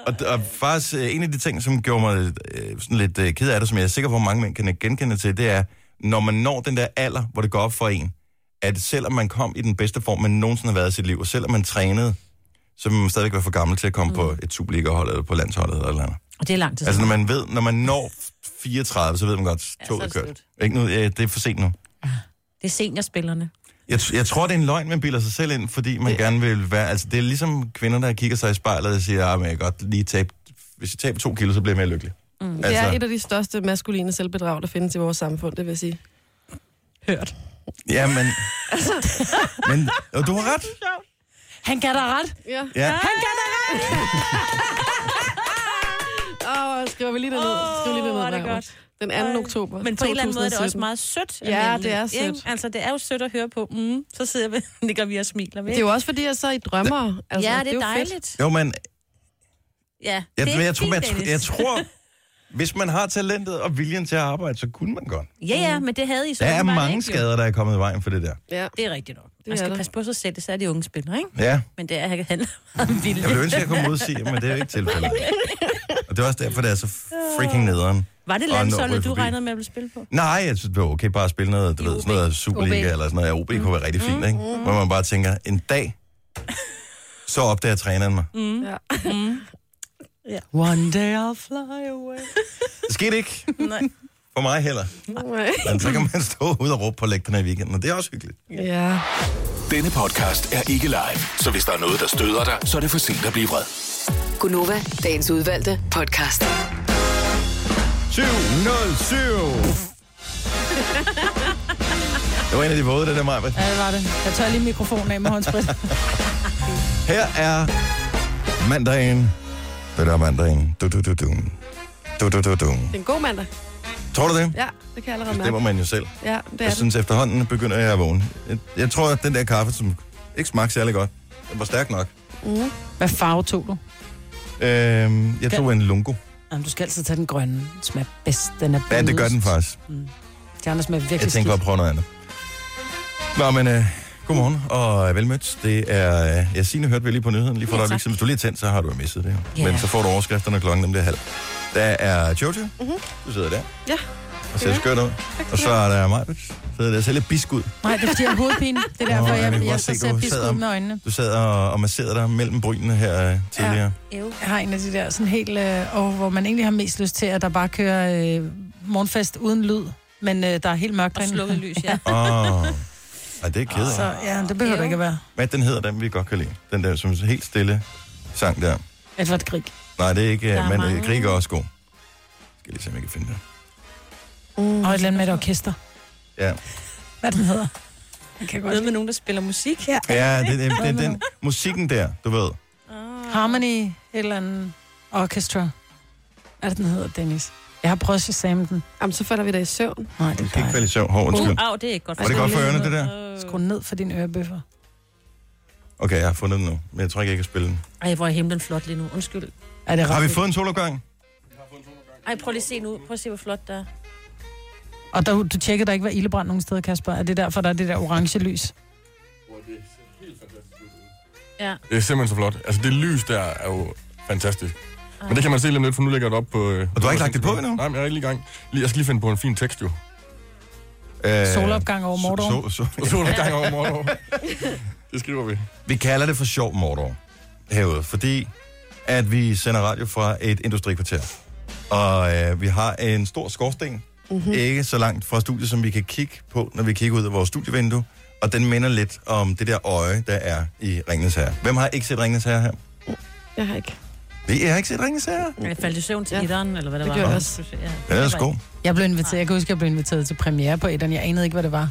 Speaker 1: Og, og faktisk øh, en af de ting, som gjorde mig øh, sådan lidt øh, ked af det, som jeg er sikker på, at mange mænd kan genkende til, det er, når man når den der alder, hvor det går op for en, at selvom man kom i den bedste form, man nogensinde har været i sit liv, og selvom man trænede, så vil man stadigvæk være for gammel til at komme mm. på et Superliga-hold eller på landsholdet eller et eller andet.
Speaker 4: Og det er lang tid
Speaker 1: Altså når
Speaker 4: siden.
Speaker 1: man ved, når man når 34, så ved man godt, toget er kørt. Ikke nu, øh, det er for sent nu.
Speaker 4: Det er seniorspillerne.
Speaker 1: Jeg, t- jeg tror, det er en løgn, man bilder sig selv ind, fordi man gerne vil være... Altså, det er ligesom kvinder, der kigger sig i spejlet og siger, at jeg kan godt lige tabe... Hvis jeg taber to kilo, så bliver jeg mere lykkelig.
Speaker 2: Mm. Det
Speaker 1: Altså-
Speaker 2: er et af de største maskuline selvbedrag, der findes i vores samfund, det vil jeg sige.
Speaker 3: Hørt.
Speaker 1: Ja, men...
Speaker 2: Altså,
Speaker 1: men og du har ret.
Speaker 3: Han gav dig ret.
Speaker 2: Ja.
Speaker 1: Ja.
Speaker 3: Han gav dig ret.
Speaker 2: Åh, oh, skriver vi lige det ned. Skriver lige det ned.
Speaker 4: Åh, hvor er det
Speaker 2: Maja.
Speaker 4: godt.
Speaker 2: Den 2. oktober
Speaker 4: Men på en eller anden måde er det
Speaker 2: 2017.
Speaker 4: også meget sødt. af
Speaker 2: Ja,
Speaker 4: mændene,
Speaker 2: det er
Speaker 4: ikke?
Speaker 2: sødt.
Speaker 4: Altså, det er jo sødt at høre på. Mm, så sidder vi, ligger vi og smiler. Ved.
Speaker 2: altså, Det er jo også fordi, jeg så i drømmer.
Speaker 4: Ja, det er
Speaker 2: jo fedt.
Speaker 4: dejligt.
Speaker 1: Jo, men
Speaker 4: Ja,
Speaker 1: Jeg,
Speaker 4: det er
Speaker 1: men jeg, tror,
Speaker 4: fint,
Speaker 1: jeg, tror-
Speaker 4: Dennis.
Speaker 1: jeg tror, hvis man har talentet og viljen til at arbejde, så kunne man godt.
Speaker 4: Ja, ja, men det havde I så.
Speaker 1: Der er
Speaker 4: åbenbart
Speaker 1: mange
Speaker 4: ikke, jo.
Speaker 1: skader, der er kommet i vejen for det der.
Speaker 2: Ja.
Speaker 4: Det er rigtigt nok.
Speaker 2: er
Speaker 4: Man skal
Speaker 2: der.
Speaker 4: passe på sig selv, det er de unge spillere, ikke?
Speaker 1: Ja.
Speaker 4: Men det er, han handler om vilje.
Speaker 1: Jeg ville ønske, at jeg kunne modsige, men det er jo ikke tilfældet. Og det er også derfor, det er så freaking nederen.
Speaker 4: Var det
Speaker 1: at nå
Speaker 4: landsholdet,
Speaker 1: rykke
Speaker 4: du
Speaker 1: forbi.
Speaker 4: regnede med at ville spille på?
Speaker 1: Nej, jeg synes, det var okay bare at spille noget, du ved, sådan noget Superliga
Speaker 4: OB.
Speaker 1: eller sådan noget. Ja, OB kunne være rigtig fint, ikke?
Speaker 4: Mm.
Speaker 1: Hvor man bare tænker, en dag, så opdager træneren mig.
Speaker 4: Mm. Ja. Mm. ja.
Speaker 3: One day I'll fly away.
Speaker 1: Det skete ikke
Speaker 4: Nej.
Speaker 1: for mig heller. Men så kan man stå ude og råbe på lægterne i weekenden, og det er også hyggeligt.
Speaker 2: Ja.
Speaker 10: Denne podcast er ikke live, så hvis der er noget, der støder dig, så er det for sent at blive vred.
Speaker 8: Gunova, dagens udvalgte podcast.
Speaker 1: 707! Det var en af de våde, det der, Maja.
Speaker 3: Ja, det var det. Jeg tør lige mikrofonen af med håndsprit.
Speaker 1: Her er mandagen. Det der er mandagen. Du, du, du, du. Du, du, du, du.
Speaker 2: Det er en god mandag.
Speaker 1: Tror du det?
Speaker 2: Ja, det kan jeg allerede
Speaker 1: Det Altså- stemmer
Speaker 2: mærke.
Speaker 1: man jo selv.
Speaker 2: Ja, det er
Speaker 1: Jeg
Speaker 2: det.
Speaker 1: synes, efterhånden begynder jeg at vågne. Jeg, jeg tror, at den der kaffe, som ikke smagte særlig godt, den var stærk nok.
Speaker 3: Mm. Hvad farve tog du?
Speaker 1: Øhm, jeg
Speaker 3: Skal-
Speaker 1: tog en lungo.
Speaker 3: Jamen, du skal altid tage den grønne. Den smager bedst. Den er
Speaker 1: Ja, det gør
Speaker 3: blødest.
Speaker 1: den faktisk.
Speaker 3: De andre smager virkelig
Speaker 1: Jeg tænkte bare at prøve noget andet. Nå, men øh, godmorgen og velmødt. Det er, øh, ja, Signe hørte vi lige på nyheden lige for ja, dig. Hvis du lige er tændt, så har du jo misset det. jo.
Speaker 2: Ja.
Speaker 1: Men så får du overskrifterne klokken nemlig er halv. Der er Jojo,
Speaker 2: Mhm.
Speaker 1: du sidder der
Speaker 2: Ja.
Speaker 1: og ser skørt ud. Og så er der mig, du sidder der og ser lidt bisk ud.
Speaker 3: Nej, det er fordi, jeg har hovedpine. Det er
Speaker 1: Nå,
Speaker 3: derfor,
Speaker 1: jeg
Speaker 3: jeg, jeg,
Speaker 1: kan
Speaker 3: jeg
Speaker 1: godt
Speaker 3: så
Speaker 1: se,
Speaker 3: ser
Speaker 1: du
Speaker 3: pisk
Speaker 1: sad
Speaker 3: ud
Speaker 1: om-
Speaker 3: med øjnene.
Speaker 1: Du sad og, og masserede dig mellem brynene her øh, tidligere.
Speaker 3: Jeg har en af de der sådan helt, øh, og hvor man egentlig har mest lyst til, at der bare kører øh, morgenfest uden lyd, men øh, der er helt mørkt. Og slukket
Speaker 4: lys, ja.
Speaker 1: Åh, oh, det er kedeligt.
Speaker 3: Så ja, det behøver du ikke at være.
Speaker 1: Hvad den hedder, den vi godt kan lide. Den der, som er helt stille sang der.
Speaker 3: Edvard Grieg.
Speaker 1: Nej, det er ikke,
Speaker 3: Der
Speaker 1: er
Speaker 3: er
Speaker 1: men mange...
Speaker 3: mange.
Speaker 1: Grieg er også god. Skal jeg lige se, om jeg kan finde det.
Speaker 3: Mm. Og et eller andet med et orkester.
Speaker 1: Ja,
Speaker 3: Hvad den hedder. Jeg kan godt
Speaker 4: Noget med nogen, der spiller musik her.
Speaker 1: ja det, det, det, den musikken der, du ved.
Speaker 3: Harmony, et eller andet orchestra. Hvad er det, den hedder, Dennis? Jeg har prøvet at shazame den.
Speaker 2: Jamen, så falder vi da i søvn.
Speaker 3: Nej, det er
Speaker 1: Kan ikke falde i søvn. Hov, undskyld.
Speaker 4: Au, det er ikke godt
Speaker 1: Var det godt for ørerne, det der?
Speaker 3: Skru ned for dine ørebøffer.
Speaker 1: Okay, jeg har fundet den nu, men jeg tror ikke, jeg kan spille den.
Speaker 4: Ej, hvor er himlen flot lige nu. Undskyld.
Speaker 3: Er det
Speaker 1: Har vi fået en solopgang?
Speaker 4: Ej, prøv lige at se nu. Prøv at se, hvor flot der er.
Speaker 3: Og der, du tjekkede, der ikke var ildebrand nogen steder, Kasper. Er det derfor, der er det der orange lys?
Speaker 4: Ja.
Speaker 7: Det er simpelthen så flot. Altså, det lys der er jo fantastisk. Men det kan man se lige om lidt, for nu lægger jeg det op på... Øh, og
Speaker 1: du har ikke lagt det på endnu?
Speaker 7: Nej, men jeg er ikke lige i gang. Lige- Jeg skal lige finde på en fin tekst, jo.
Speaker 1: Øh,
Speaker 3: Solopgang over Mordor.
Speaker 1: So, so, so.
Speaker 7: Solopgang over Mordor. Det skriver vi.
Speaker 1: Vi kalder det for sjov Mordor herude, fordi at vi sender radio fra et industrikvarter. Og øh, vi har en stor skorsten, mm-hmm. ikke så langt fra studiet, som vi kan kigge på, når vi kigger ud af vores studievindue. Og den minder lidt om det der øje, der er i Ringens Herre. Hvem har ikke set Ringens Herre her?
Speaker 2: Jeg har ikke.
Speaker 1: Vi har ikke set Ringens Herre.
Speaker 4: Jeg faldt i søvn til
Speaker 3: Ja.
Speaker 4: etteren, eller hvad det,
Speaker 3: Det
Speaker 4: var.
Speaker 3: gjorde jeg
Speaker 1: også.
Speaker 4: Ja.
Speaker 1: Den er sko.
Speaker 3: Jeg blev inviteret, jeg kan huske, jeg blev inviteret til premiere på etteren. Jeg anede ikke, hvad det var.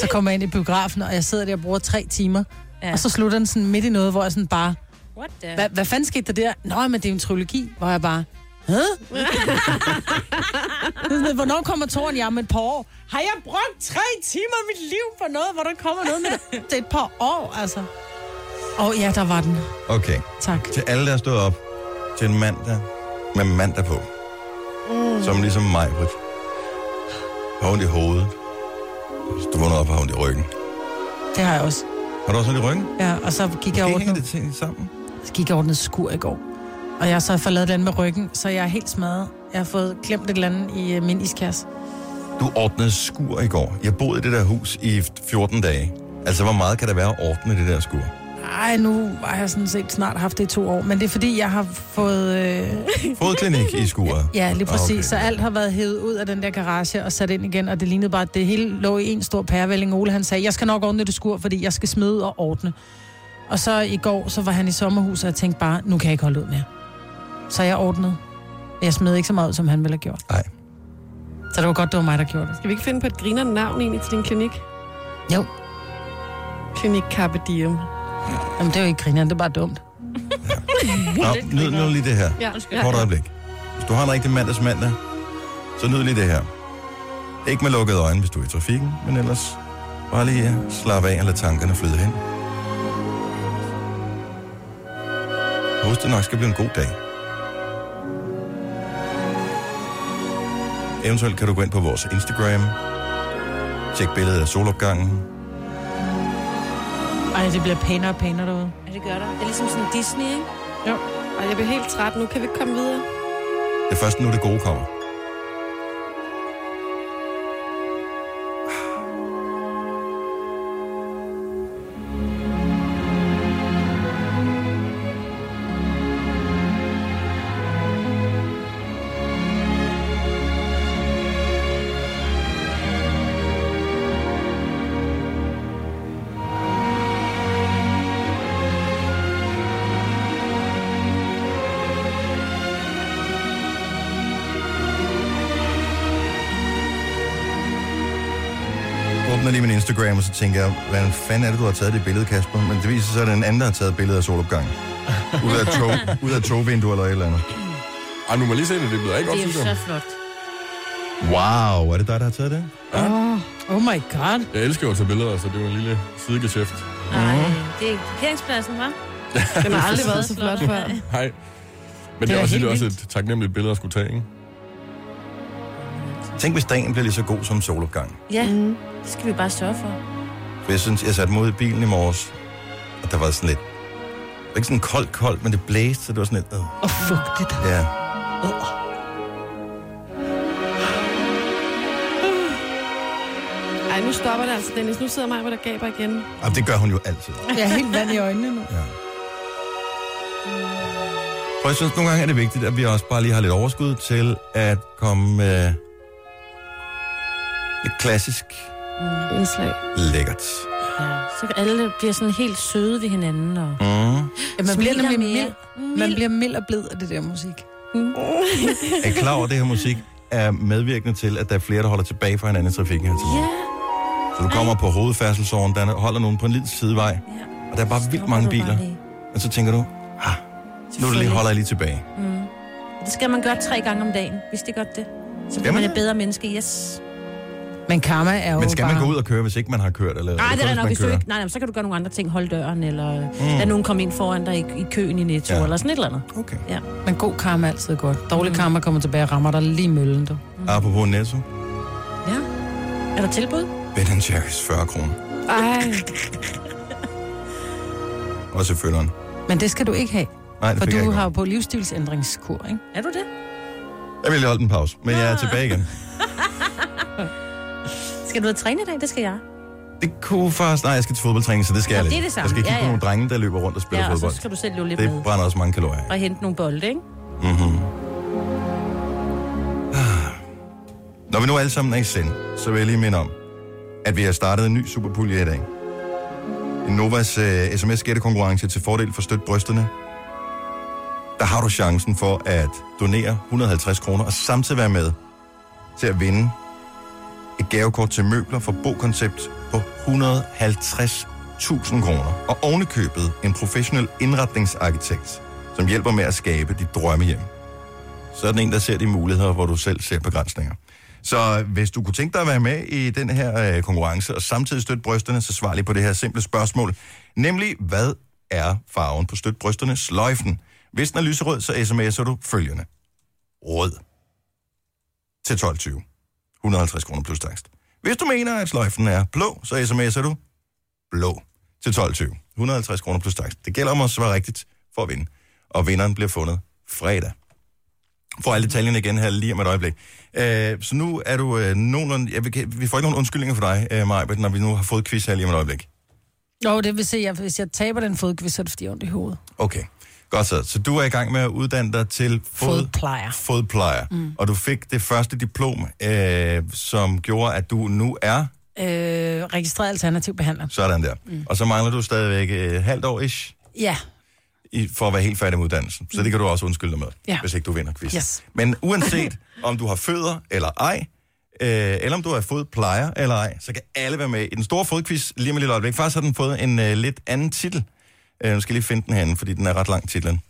Speaker 3: Så kommer jeg ind i biografen, og jeg sidder der og bruger tre timer. Ja. Og så slutter den sådan midt i noget, hvor jeg sådan bare...
Speaker 4: What the...
Speaker 3: Hva, hvad fanden skete der der? Nå, men det er en trilogi, hvor jeg bare... Hæ? Det er sådan lidt, Hvornår kommer tåren? Ja, om et par år. Har jeg brugt tre timer af mit liv på noget, hvor der kommer noget med det er et par år, altså? Åh oh, ja, der var den.
Speaker 1: Okay.
Speaker 3: Tak.
Speaker 1: Til alle, der er stået op til en mandag med mandag på. Mm. Som ligesom mig, Britt. Har ondt i hovedet. Hvis du vågner op, har ondt i ryggen.
Speaker 3: Det har jeg også.
Speaker 1: Har du også ondt i ryggen?
Speaker 3: Ja, og så gik jeg over det
Speaker 1: ting sammen.
Speaker 3: Så gik jeg over skur i går. Og jeg har så fået lavet den med ryggen, så jeg er helt smadret. Jeg har fået klemt et eller andet i øh, min iskasse.
Speaker 1: Du ordnede skur i går. Jeg boede i det der hus i 14 dage. Altså, hvor meget kan der være at ordne i det der skur?
Speaker 3: Ej, nu har jeg sådan set snart haft det i to år, men det er fordi, jeg har fået... Øh...
Speaker 1: Fodklinik i skuret.
Speaker 3: Ja, lige præcis. Okay.
Speaker 1: Ah, Okay.
Speaker 3: Så alt har været hævet ud af den der garage og sat ind igen, og det lignede bare, at det hele lå i en stor pærevælling. Ole han sagde, jeg skal nok ordne det skur, fordi jeg skal smide og ordne. Og så i går, så var han i sommerhus, og jeg tænkte bare, nu kan jeg ikke holde ud mere. Så jeg ordnede. Men Jeg smed ikke så meget ud, som han ville have gjort.
Speaker 1: Nej.
Speaker 3: Så det var godt, det var mig, der gjorde det.
Speaker 2: Skal vi ikke finde på et grinerende navn egentlig til din klinik?
Speaker 3: Jo.
Speaker 2: Klinik Carpe Diem.
Speaker 3: Jamen, det er jo ikke griner, det er bare dumt.
Speaker 1: Nå, nyd nu lige det her.
Speaker 2: Ja, ja,
Speaker 1: Kort
Speaker 2: ja.
Speaker 1: øjeblik. Hvis du har en rigtig mandags mandag, så nyd lige det her. Ikke med lukkede øjne, hvis du er i trafikken, men ellers bare lige slappe af og lade tankerne flyde hen. Husk, det nok skal blive en god dag. Eventuelt kan du gå ind på vores Instagram. Tjek billedet af solopgangen.
Speaker 3: Ej, det bliver pænere og pænere derude.
Speaker 4: Ja, det gør der. Det er ligesom sådan Disney, ikke?
Speaker 3: Jo.
Speaker 2: Og jeg bliver helt træt. Nu kan vi ikke komme videre.
Speaker 1: Det er først nu, det gode kommer. Åbner lige min Instagram, og så tænker jeg, hvordan fanden er det, du har taget det billede, Kasper? Men det viser sig, at den anden, der har taget billedet af solopgangen. Ud af, tog, ud af togvinduer eller et eller andet.
Speaker 7: Ej, nu må lige se det. Det bliver ikke godt, synes jeg.
Speaker 3: flot.
Speaker 1: Wow, er det dig, der har taget det?
Speaker 3: Oh, oh my god.
Speaker 7: Jeg elsker jo at tage billeder, så det var en lille sidegeschæft.
Speaker 1: Mhm.
Speaker 4: Det er parkeringspladsen, hva'?
Speaker 2: Den har aldrig været så flot før.
Speaker 7: Hej. Men det,
Speaker 2: Det
Speaker 7: er
Speaker 2: er
Speaker 7: også, det
Speaker 2: helt
Speaker 7: er også et taknemmeligt billede at skulle tage, ikke?
Speaker 1: Tænk, hvis dagen bliver lige så god som solopgangen.
Speaker 4: Ja, det skal vi bare sørge for.
Speaker 1: For jeg synes, jeg satte mig ud i bilen i morges, og der var sådan lidt... Det var ikke sådan koldt, koldt, men det blæste, så det var sådan lidt... Åh,
Speaker 3: oh, fuck det
Speaker 1: Ja.
Speaker 2: Ej, nu stopper det altså, Dennis. Nu sidder mig, hvor der gaber igen.
Speaker 1: Og det gør hun jo altid.
Speaker 3: Jeg er helt vand i øjnene nu.
Speaker 1: For jeg synes, nogle gange er det vigtigt, at vi også bare lige har lidt overskud til at komme med et klassisk
Speaker 4: Mm. Indslag.
Speaker 1: lækkert.
Speaker 4: Ja. Så alle bliver sådan helt søde ved hinanden. Og...
Speaker 1: Mm.
Speaker 3: Ja, man bliver
Speaker 4: Smiler
Speaker 3: nemlig
Speaker 4: mere.
Speaker 3: mild. Man bliver mild og blid af det der musik.
Speaker 1: Er I klar over, at det her musik er medvirkende til, at der er flere, der holder tilbage fra hinanden i trafikken her til morgen? Så du kommer på hovedfærdselsåren, der holder nogen på en lille sidevej, og der er bare vildt mange biler. Og så tænker du, ah, nu lige holder jeg lige tilbage.
Speaker 4: Mm. Det skal man gøre tre gange om dagen, hvis det godt det. Så
Speaker 1: Skal
Speaker 4: bliver
Speaker 1: man
Speaker 4: man
Speaker 1: det?
Speaker 4: et bedre menneske, yes.
Speaker 3: Men karma er jo
Speaker 1: Men skal
Speaker 3: bare...
Speaker 1: man gå ud og køre, hvis ikke man har kørt? Eller
Speaker 4: Nej, det
Speaker 1: kun,
Speaker 4: er
Speaker 1: hvis
Speaker 4: nok,
Speaker 1: man
Speaker 4: hvis du
Speaker 1: kører?
Speaker 4: ikke... Nej, nej, så kan du gøre nogle andre ting. Holde døren, eller mm.
Speaker 1: Mm.
Speaker 4: lade nogen komme ind foran dig i, i køen i Netto,
Speaker 1: Ja.
Speaker 4: ja. eller sådan et eller andet.
Speaker 1: Okay.
Speaker 4: Ja.
Speaker 3: Men god karma er altid godt. Dårlig karma kommer tilbage og rammer dig lige i møllen, du.
Speaker 1: Apropos Netto,
Speaker 4: ja. Er der tilbud?
Speaker 1: Ben Jerry's 40 kroner.
Speaker 2: Ej.
Speaker 1: Også følgeren.
Speaker 3: Men det skal du ikke have.
Speaker 1: Nej, det
Speaker 3: for
Speaker 1: fik jeg
Speaker 3: du
Speaker 1: ikke.
Speaker 3: har jo på livsstilsændringskur, ikke?
Speaker 4: Er du det?
Speaker 1: Jeg ville holde en pause, men jeg er
Speaker 4: Ah.
Speaker 1: tilbage igen.
Speaker 4: Skal du ud og træne i dag? Det skal jeg.
Speaker 1: Det kunne faktisk... Nej, jeg skal til fodboldtræning, så det skal
Speaker 4: Nå,
Speaker 1: jeg
Speaker 4: det
Speaker 1: lidt.
Speaker 4: er det samme.
Speaker 1: Jeg skal kigge
Speaker 4: Ja,
Speaker 1: på
Speaker 4: ja.
Speaker 1: nogle drenge, der løber rundt og spiller
Speaker 4: Ja, og
Speaker 1: fodbold.
Speaker 4: så skal du selv løbe lidt
Speaker 1: det
Speaker 4: med.
Speaker 1: brænder også mange kalorier.
Speaker 4: Og hente nogle bolde, ikke?
Speaker 1: Mm-hmm. Når vi nu alle sammen er i send, så vil jeg lige minde om, at vi har startet en ny superpulje i dag. I Novas uh, sms-gættekonkurrence til fordel for støt brysterne. Der har du chancen for at donere 150 kroner og samtidig være med til at vinde et gavekort til møbler fra Bokoncept på 150.000 kroner. Og ovenikøbet en professionel indretningsarkitekt, som hjælper med at skabe dit drømmehjem. Så er den en, der ser de muligheder, hvor du selv ser begrænsninger. Så øh, hvis du kunne tænke dig at være med i den her øh, konkurrence, og samtidig støtte brysterne, så svar lige på det her simple spørgsmål. Nemlig, hvad er farven på støt brysterne? Sløjfen. Hvis den er lyserød, så sms'er du følgende. Rød. Til 12.20. 150 kroner plus takst. Hvis du mener, at sløjfen er blå, så sms'er du blå til 12.20. 150 kroner plus takst. Det gælder om at svare rigtigt for at vinde. Og vinderen bliver fundet fredag. Får alle detaljerne igen her lige om et øjeblik. Øh, så nu er du øh, nogenlunde... Ja, vi, kan, vi får ikke nogen undskyldninger for dig, øh, Majbert, når vi nu har fået quiz her lige om et øjeblik.
Speaker 3: Jo, det vil sige, at hvis jeg taber den fodkvist, så er det fordi, jeg har ondt i hovedet.
Speaker 1: Okay. Godt så. Så du er i gang med at uddanne dig til fod,
Speaker 3: Fodplejer.
Speaker 1: fodplejer. Mm. Og du fik det første diplom, øh, som gjorde, at du nu er
Speaker 3: Øh, registreret alternativ behandler.
Speaker 1: sådan der. Mm. Og så mangler du stadigvæk øh, halvt år ish.
Speaker 3: Ja,
Speaker 1: i, for at være helt færdig med uddannelsen. Så det kan du også undskylde dig med, ja.
Speaker 3: Ja.
Speaker 1: hvis ikke du vinder quiz.
Speaker 3: Yes.
Speaker 1: Men uanset om du har fødder eller ej, øh, eller om du er fodplejer eller ej, så kan alle være med i den store fodquiz lige om et lille øjeblik. Faktisk har den fået en øh, lidt anden titel. Øh, nu skal jeg lige finde den herinde, fordi den er ret lang titlen.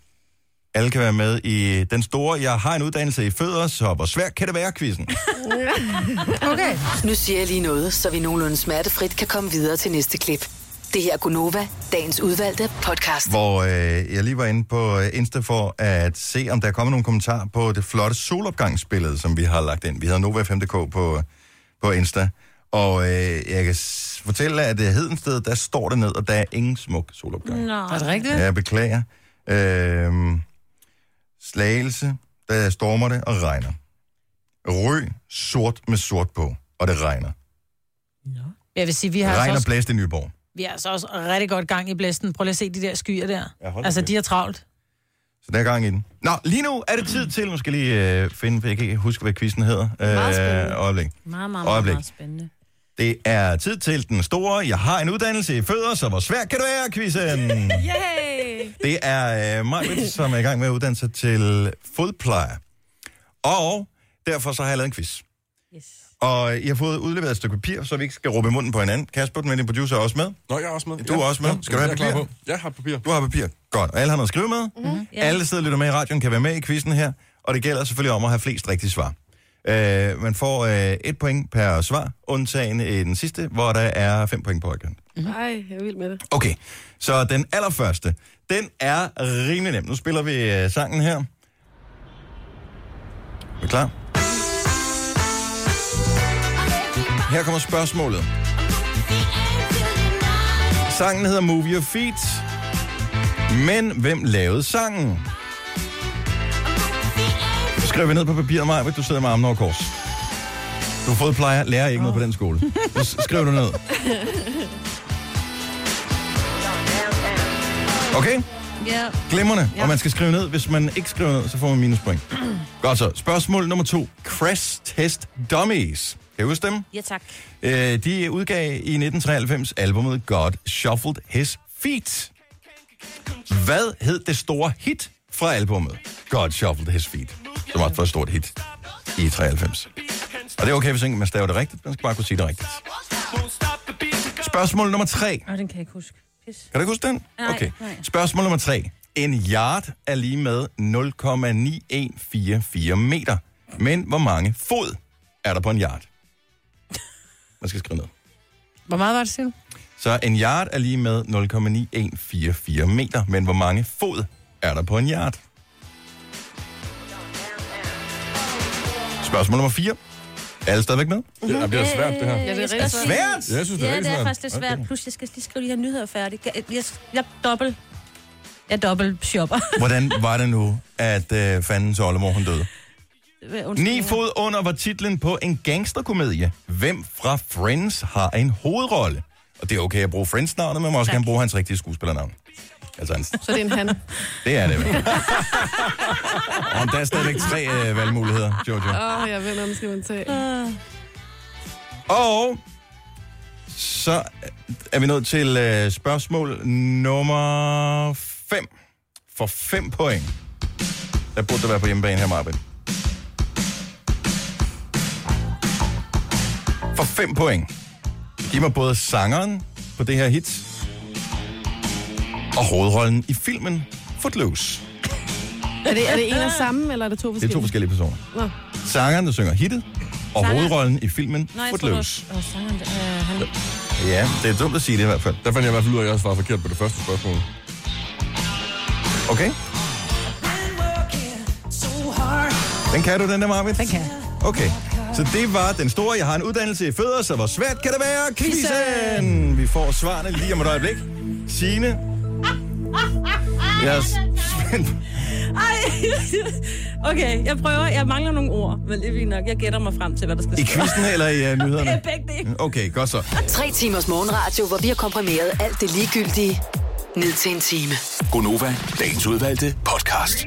Speaker 1: Alle kan være med i den store, jeg har en uddannelse i fødder, så hvor svært kan det være, quizzen.
Speaker 8: Okay. Nu siger jeg lige noget, så vi nogenlunde smertefrit kan komme videre til næste klip. Det her er Gunova, dagens udvalgte podcast.
Speaker 1: hvor øh, jeg lige var inde på øh, Insta for at se, om der er kommet nogle kommentarer på det flotte solopgangsbillede, som vi har lagt ind. Vi havde Nova5.dk på, på Insta, og øh, jeg kan s- fortælle, at det Hedensted, der står det ned, og der er ingen smuk solopgang.
Speaker 3: Nå. Er det rigtigt?
Speaker 1: Ja, jeg beklager. Øhm, slagelse, der stormer det og regner. Røg, sort med sort på, og det regner.
Speaker 3: Jeg vil sige, vi har, altså
Speaker 1: Regn og
Speaker 3: også,
Speaker 1: blæst i Nyborg.
Speaker 3: vi har altså også rigtig godt gang i blæsten. Prøv lige at se de der skyer der.
Speaker 1: Ja, hold da
Speaker 3: altså,
Speaker 1: kæft.
Speaker 3: de er travlt.
Speaker 1: Så der er gang i den. Nå, lige nu er det tid til, nu skal jeg lige øh, finde, for jeg kan ikke huske, hvad quizzen hedder. Øh,
Speaker 4: Meget spændende.
Speaker 1: øjeblik.
Speaker 4: Meget, meget, meget,
Speaker 1: Øjeblik.
Speaker 4: meget spændende.
Speaker 1: Det er tid til den store, jeg har en uddannelse i fødder, så hvor svært kan du være, quizzen?
Speaker 4: Yay!
Speaker 1: Det er øh, mig, som er i gang med at uddanne sig til fodplejer. Og derfor så har jeg lavet en quiz. Og jeg har fået udleveret et stykke papir, så vi ikke skal råbe i munden på hinanden. Kasper, den venlige producer, er også med.
Speaker 7: Nå, jeg er også med.
Speaker 1: Du er også med. Skal du have
Speaker 7: jeg er klar
Speaker 1: papir?
Speaker 7: på. Jeg har papir.
Speaker 1: Du har papir. Godt. Og alle har noget at skrive med.
Speaker 7: Mhm.
Speaker 1: Mm-hmm. Alle sidder og lytter med i radioen, kan være med i quizzen her. Og det gælder selvfølgelig om at have flest rigtige svar. Øh, man får øh, et point per svar, undtagen i den sidste, hvor der er fem point på igen.
Speaker 4: Mhm.
Speaker 2: Nej, jeg er vild med det.
Speaker 1: Okay, så den allerførste, den er rimelig nem. Nu spiller vi øh, sangen her. Er vi klar? Her kommer spørgsmålet. Sangen hedder Move Your Feet. Men hvem lavede sangen? Skriv det ned på papiret, Maja, hvis du sidder med armen over kors. Du har fået plejer, lærer ikke noget på den skole. Så skriv det ned. Okay?
Speaker 4: Ja.
Speaker 1: Glimrende.
Speaker 4: Ja.
Speaker 1: Og man skal skrive ned. Hvis man ikke skriver ned, så får man minuspoint. Godt så. Spørgsmål nummer to. Crash Test Dummies. Kan I huske dem?
Speaker 4: Ja, tak.
Speaker 1: Øh, de udgav i 1993 albumet God Shuffled His Feet. Hvad hed det store hit fra albumet God Shuffled His Feet, som også var et stort hit i 93? Og det er okay, hvis ikke man staver det rigtigt. Man skal bare kunne sige det rigtigt. Spørgsmål nummer tre.
Speaker 4: Nå, den kan jeg ikke huske. Pis.
Speaker 1: Kan du ikke huske den?
Speaker 4: Nej,
Speaker 1: okay.
Speaker 4: nej.
Speaker 1: Spørgsmål nummer tre. En yard er lige med 0,9144 meter. Men hvor mange fod er der på en yard? Man skal skrive ned.
Speaker 3: Hvor meget var det, siger du?
Speaker 1: Så en yard er lige med 0,9144 meter. Men hvor mange fod er der på en yard? Spørgsmål nummer 4. Er alle stadigvæk med?
Speaker 7: Ja, det er svært, det her.
Speaker 4: Øh, jeg skal
Speaker 7: rigtig
Speaker 4: sige-
Speaker 1: svært.
Speaker 7: Ja, jeg synes, det er
Speaker 4: ja,
Speaker 7: rigtig
Speaker 4: det er
Speaker 7: svært.
Speaker 4: faktisk lidt
Speaker 7: Okay.
Speaker 4: svært. Plus, jeg skal lige skrive de her nyheder færdigt. Jeg, jeg, jeg dobbelt... Jeg dobbelt shopper.
Speaker 1: Hvordan var det nu, at øh, fandens oldemor hun døde?
Speaker 4: Undskyld.
Speaker 1: Ni fod under var titlen på en gangsterkomedie. Hvem fra Friends har en hovedrolle? Og det er okay at bruge Friends-navnet, men man må også gerne bruge hans rigtige skuespillernavn. Altså, hans,
Speaker 2: Så det er en han.
Speaker 1: det er det. vel. Og der er stadigvæk tre øh, valgmuligheder, Jojo.
Speaker 2: Åh, oh, jeg ved, om skal man tage.
Speaker 1: Og så er vi nået til øh, spørgsmål nummer 5. For 5 point. Der burde du være på hjemmebane her, Marvin. For 5 point. Giv mig både sangeren på det her hit, og hovedrollen i filmen Footloose.
Speaker 2: Er det, er det en af samme, eller er det to
Speaker 1: Det er
Speaker 2: forskellige?
Speaker 1: to forskellige personer.
Speaker 2: Nå.
Speaker 1: Sangeren, der synger hittet, og
Speaker 2: Sangeren?
Speaker 1: hovedrollen i filmen
Speaker 4: Nej, jeg tror,
Speaker 1: Footloose.
Speaker 4: det var... Åh, sangeren, øh, han...
Speaker 1: Ja, det er dumt at sige det i hvert fald.
Speaker 7: Der fandt jeg i hvert fald ud af, at jeg svarede forkert på det første spørgsmål.
Speaker 1: Okay. Den kan du, den der, Marvin? Den kan Okay. Så det var den store, jeg har en uddannelse i fødder, så hvor svært kan det være? Quizzen! Vi får svarene lige om et øjeblik. Signe, jeg er spændt.
Speaker 4: Ej. Okay, jeg prøver. Jeg mangler nogle ord, men det er fint nok. Jeg gætter mig frem til, hvad der skal
Speaker 1: I
Speaker 4: ske.
Speaker 1: quizzen eller i uh,
Speaker 4: Det er
Speaker 1: nyhederne?
Speaker 4: begge dele.
Speaker 1: Okay, godt så.
Speaker 8: Tre timers morgenradio, hvor vi har komprimeret alt det ligegyldige ned til en time.
Speaker 6: Gonova, dagens udvalgte podcast.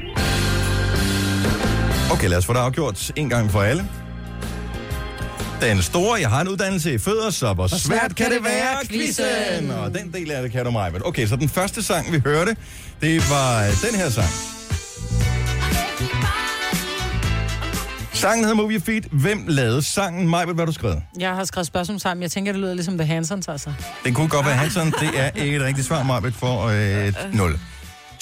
Speaker 1: Okay, lad os få det afgjort en gang for alle. Den store, jeg har en uddannelse i fødder, så hvor svært kan det være, quizzen? Og den del af det kan du mig. men Okay, så den første sang, vi hørte, det var øh, den her sang. Sangen hedder Movie Feet. Hvem lavede sangen? Maj, hvad har du skrevet?
Speaker 3: Jeg har skrevet spørgsmål sammen. Jeg tænker, det lyder ligesom The Hansons, altså.
Speaker 1: Den kunne godt være Hansen. Det er ikke et rigtigt svar, Maj, for øh, et 0.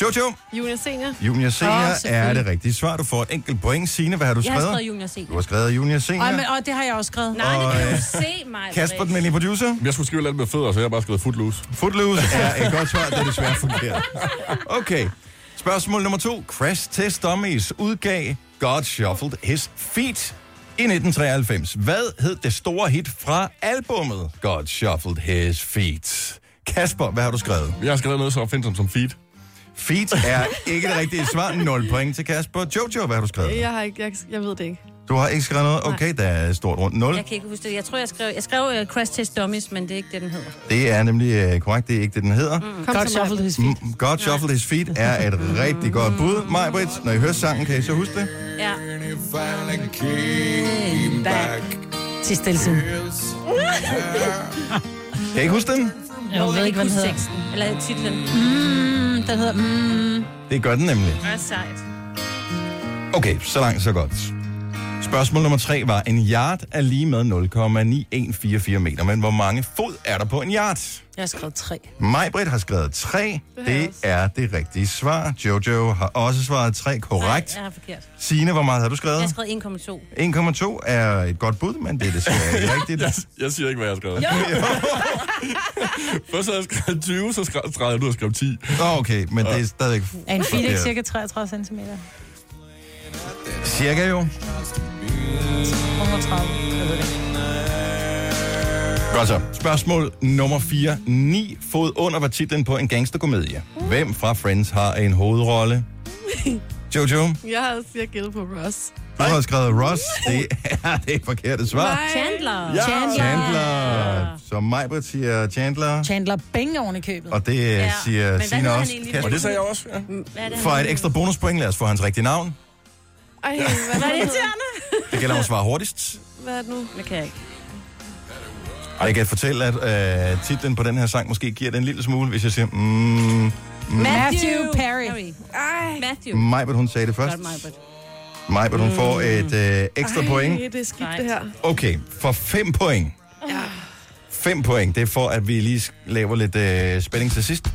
Speaker 1: Jojo,
Speaker 2: Junior Senior.
Speaker 1: junior senior
Speaker 2: Åh,
Speaker 1: oh, er
Speaker 2: selvfølgelig.
Speaker 1: det rigtige svar. Du får et enkelt point. Signe, hvad har du
Speaker 4: Jeg har
Speaker 1: skrevet?
Speaker 4: skrevet junior senior.
Speaker 1: Du har skrevet junior senior.
Speaker 4: Ej, men, og det har jeg også skrevet. Nej,
Speaker 1: Og,
Speaker 4: det kan du
Speaker 1: øh,
Speaker 4: jo se mig.
Speaker 1: Kasper, den venlige producer.
Speaker 7: Jeg skulle skrive lidt med fødder, så jeg har bare skrevet footloose.
Speaker 1: Footloose er et godt svar, det er desværre forkert. Okay. Spørgsmål nummer to. Crash Test Dummies udgav God Shuffled His Feet i 1993. Hvad hed det store hit fra albummet God Shuffled His Feet? Kasper, hvad har du skrevet?
Speaker 7: Jeg har skrevet noget så opfindsomt som feet.
Speaker 1: Feet er ikke det rigtige svar. 0 point til Kasper. Jojo, hvad har du skrevet?
Speaker 2: Jeg, har ikke, jeg, jeg ved det ikke.
Speaker 1: Du har ikke skrevet noget? Okay, der er et stort rundt 0.
Speaker 4: Jeg kan ikke huske det. Jeg tror, jeg skrev, jeg skrev uh, Crash Test Dummies, men det er ikke det, den hedder.
Speaker 1: Det er nemlig øh, korrekt, det er ikke det, den hedder. Mm.
Speaker 4: Kom God til mig. Shuffled
Speaker 1: His Feet. Mm, God Shuffled His Feet er et rigtig godt bud. Majbrit, når I hører sangen, kan I så huske det?
Speaker 4: Ja.
Speaker 3: Til stilsen.
Speaker 1: Kan I ikke huske den?
Speaker 3: Jeg ved ikke, hvad den hedder.
Speaker 4: Eller titlen.
Speaker 3: Mm, den hedder... Mm.
Speaker 1: Det gør den nemlig.
Speaker 4: Det er sejt.
Speaker 1: Okay, så langt, så godt. Spørgsmål nummer tre var, en yard er lige med 0,9144 meter, men hvor mange fod er der på en yard?
Speaker 3: Jeg har skrevet tre.
Speaker 1: Majbrit har skrevet 3. Det er det rigtige svar. Jojo har også svaret 3 korrekt.
Speaker 4: Jeg har forkert.
Speaker 1: Signe, hvor meget har du
Speaker 4: Jeg
Speaker 1: skrevet?
Speaker 4: har skrevet 1,2.
Speaker 1: 1,2 er et godt bud, men det er desværre ikke rigtigt.
Speaker 7: Jeg, jeg siger ikke, hvad jeg har skrevet. Først havde jeg skrevet 20, så skrev 30, du har skrevet 10.
Speaker 1: Nå, okay, men det er stadigvæk...
Speaker 3: Er en feet ikke
Speaker 1: forkert.
Speaker 3: cirka 33 cm?
Speaker 1: Cirka jo.
Speaker 3: 130. Jeg ved det.
Speaker 1: Godt så. Spørgsmål nummer 4. 9 fod under var titlen på en gangsterkomedie. Hvem fra Friends har en hovedrolle? Jojo, du
Speaker 2: Jeg har jeg gældet på Ross.
Speaker 1: har skrevet Ross. Det er det forkerte svar.
Speaker 4: Chandler.
Speaker 1: Ja,
Speaker 3: Chandler.
Speaker 1: Chandler. Så Majbert siger Chandler,
Speaker 3: Chandler Bing oven i købet.
Speaker 1: og det ja, siger Signe også. Kasper.
Speaker 7: også, ja.
Speaker 4: Hvad er det,
Speaker 1: For et ekstra bonuspoint, lad os få hans rigtige navn.
Speaker 2: Ej, hvad er det irriterende?
Speaker 1: Det gælder om at svare hurtigst.
Speaker 2: Hvad er det nu?
Speaker 4: Det kan jeg ikke.
Speaker 1: Og jeg kan fortælle, at øh, titlen på den her sang måske giver den en lille smule, hvis jeg siger... Mm, mm.
Speaker 3: Matthew Perry.
Speaker 4: Ej. Matthew.
Speaker 1: Majbert, hun sagde det først.
Speaker 4: Godt, Majbert.
Speaker 1: Majbert, hun får et øh, ekstra
Speaker 2: Mm. Ej,
Speaker 1: point.
Speaker 2: det er skidt, det her.
Speaker 1: Okay, for fem point.
Speaker 2: Ja.
Speaker 1: Fem point, det er for, at vi lige sk- laver lidt øh, spænding til sidst.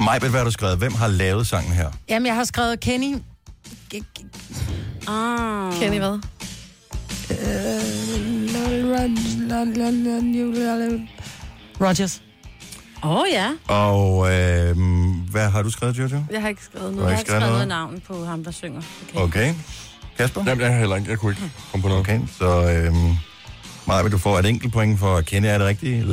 Speaker 1: Majbert, hvad har du skrevet? Hvem har lavet sangen her?
Speaker 3: Jamen, jeg har skrevet Kenny. G- g-
Speaker 4: Ah.
Speaker 2: Kenny hvad?
Speaker 3: Rogers.
Speaker 4: Åh, oh, ja.
Speaker 1: Og øh, hvad har du skrevet, Jojo?
Speaker 2: Jeg har ikke skrevet
Speaker 1: Du har
Speaker 2: noget.
Speaker 1: ikke
Speaker 4: Jeg har ikke
Speaker 1: skrevet
Speaker 4: skrevet
Speaker 1: noget?
Speaker 4: noget navn på ham, der synger.
Speaker 1: Okay. Kasper?
Speaker 7: Jamen, jeg har heller ikke. Jeg kunne ikke komme på noget.
Speaker 1: Okay, så øh, Majbert, du får et enkelt point for at kende, er det rigtigt?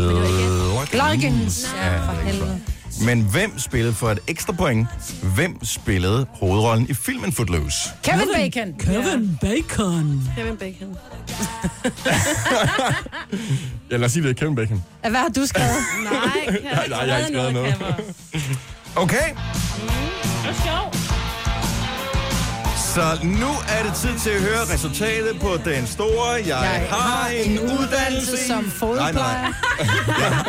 Speaker 3: Larkins.
Speaker 1: Ja, for helvede. Men hvem spillede for et ekstra point? Hvem spillede hovedrollen i filmen Footloose?
Speaker 3: Kevin Bacon.
Speaker 2: Kevin
Speaker 3: Bacon.
Speaker 2: Kevin Bacon.
Speaker 7: Ja, lad os sige, det er Kevin Bacon.
Speaker 3: Hvad har du skrevet?
Speaker 2: Nej, Kevin.
Speaker 7: Nej, nej, jeg har ikke skrevet noget.
Speaker 1: Okay,
Speaker 4: Mm, Det er sjovt.
Speaker 1: så nu er det tid til at høre resultatet på den store Jeg, jeg har en uddannelse i-
Speaker 3: som fodplejer.
Speaker 1: Nej,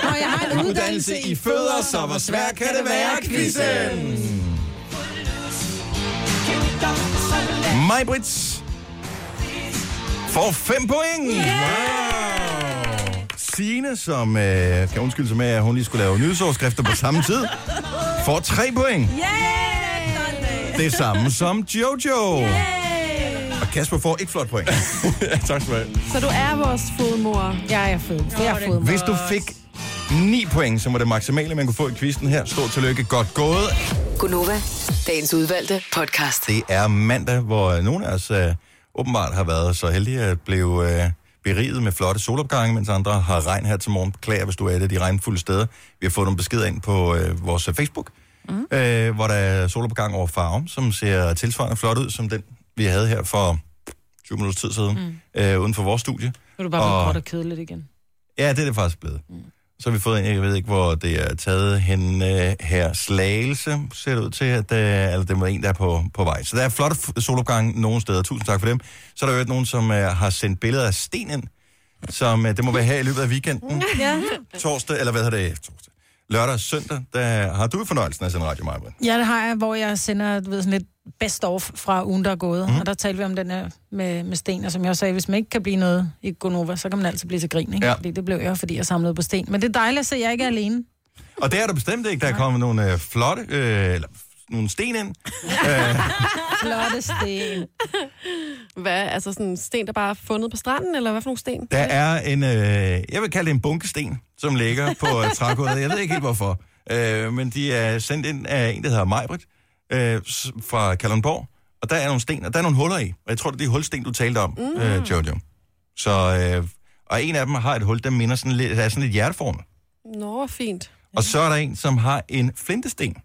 Speaker 3: Når jeg har en uddannelse i fødder,
Speaker 1: så hvor svært kan det være, quizzen? Mig, Brits, får 5 point. Yeah! Wow. Signe, som øh, kan undskylde sig med, at hun lige skulle lave nyhedsoverskrifter på samme tid, får 3 point.
Speaker 4: Yeah!
Speaker 1: Det samme som Jojo. Og Kasper får et flot point.
Speaker 7: tak skal du have.
Speaker 2: Så du er vores fodmor.
Speaker 3: Jeg er fod. Jeg er fodmor.
Speaker 1: Hvis du fik 9 point, som var det maksimale, man kunne få i quizzen her. Stort tillykke. Godt gået.
Speaker 8: Gunova, dagens udvalgte podcast.
Speaker 1: Det er mandag, hvor øh, nogle af os øh, åbenbart har været så heldige at blive øh, beriget med flotte solopgange, mens andre har regn her til morgen. Beklager, hvis du er et af de regnfulde steder. Vi har fået nogle beskeder ind på øh, vores øh, Facebook, mm. øh, hvor der er solopgang over farven, som ser tilsvarende flot ud, som den, vi havde her for 20 minutters tid siden, mm. øh, uden for vores studie.
Speaker 3: Nu er du bare blevet
Speaker 1: Og-
Speaker 3: kort og kedeligt igen.
Speaker 1: Ja, det er det faktisk blevet. Mm. Så har vi fået en, jeg ved ikke, hvor det er taget hen øh, her. Slagelse ser det ud til, at øh, eller det er en, der er på, på vej. Så der er flotte f- solopgange nogle steder. Tusind tak for dem. Så er der jo nogen, som øh, har sendt billeder af stenen, som øh, det må være her i løbet af weekenden.
Speaker 3: Ja.
Speaker 1: Torsdag, eller hvad hedder det? Torsdag. Lørdag og søndag, der har du fornøjelsen af at sende radio, Maja.
Speaker 3: Ja, det har jeg, hvor jeg sender du ved, sådan lidt best off fra ugen, der er gået. Mm. Og der talte vi om den her med, med sten, og som jeg også sagde, hvis man ikke kan blive noget i Gonova, så kan man altid blive til grin, ikke?
Speaker 1: Ja.
Speaker 3: Fordi det blev jeg, fordi jeg samlede på sten. Men det er dejligt at se, at jeg ikke er alene.
Speaker 1: Og det er der bestemt ikke. Der er kommet nogle øh, flotte, øh, eller f- nogle sten ind. øh,
Speaker 2: Flotte sten. Hvad? Altså sådan en sten, der bare er fundet på stranden, eller hvad for nogle sten?
Speaker 1: der er en, øh, jeg vil kalde det en bunkesten, som ligger på øh, trækhovedet. Jeg ved ikke helt hvorfor. Øh, men de er sendt ind af en, der hedder Majbrit, øh, s- fra Kalundborg. Og der er nogle sten, og der er nogle huller i. Og jeg tror, det er de hulsten, du talte om, mm. øh, Jojo. Så, øh, og en af dem har et hul, der minder sådan lidt, er sådan lidt hjerteformet.
Speaker 2: Nå, fint.
Speaker 1: Og så er der en, som har en flintesten.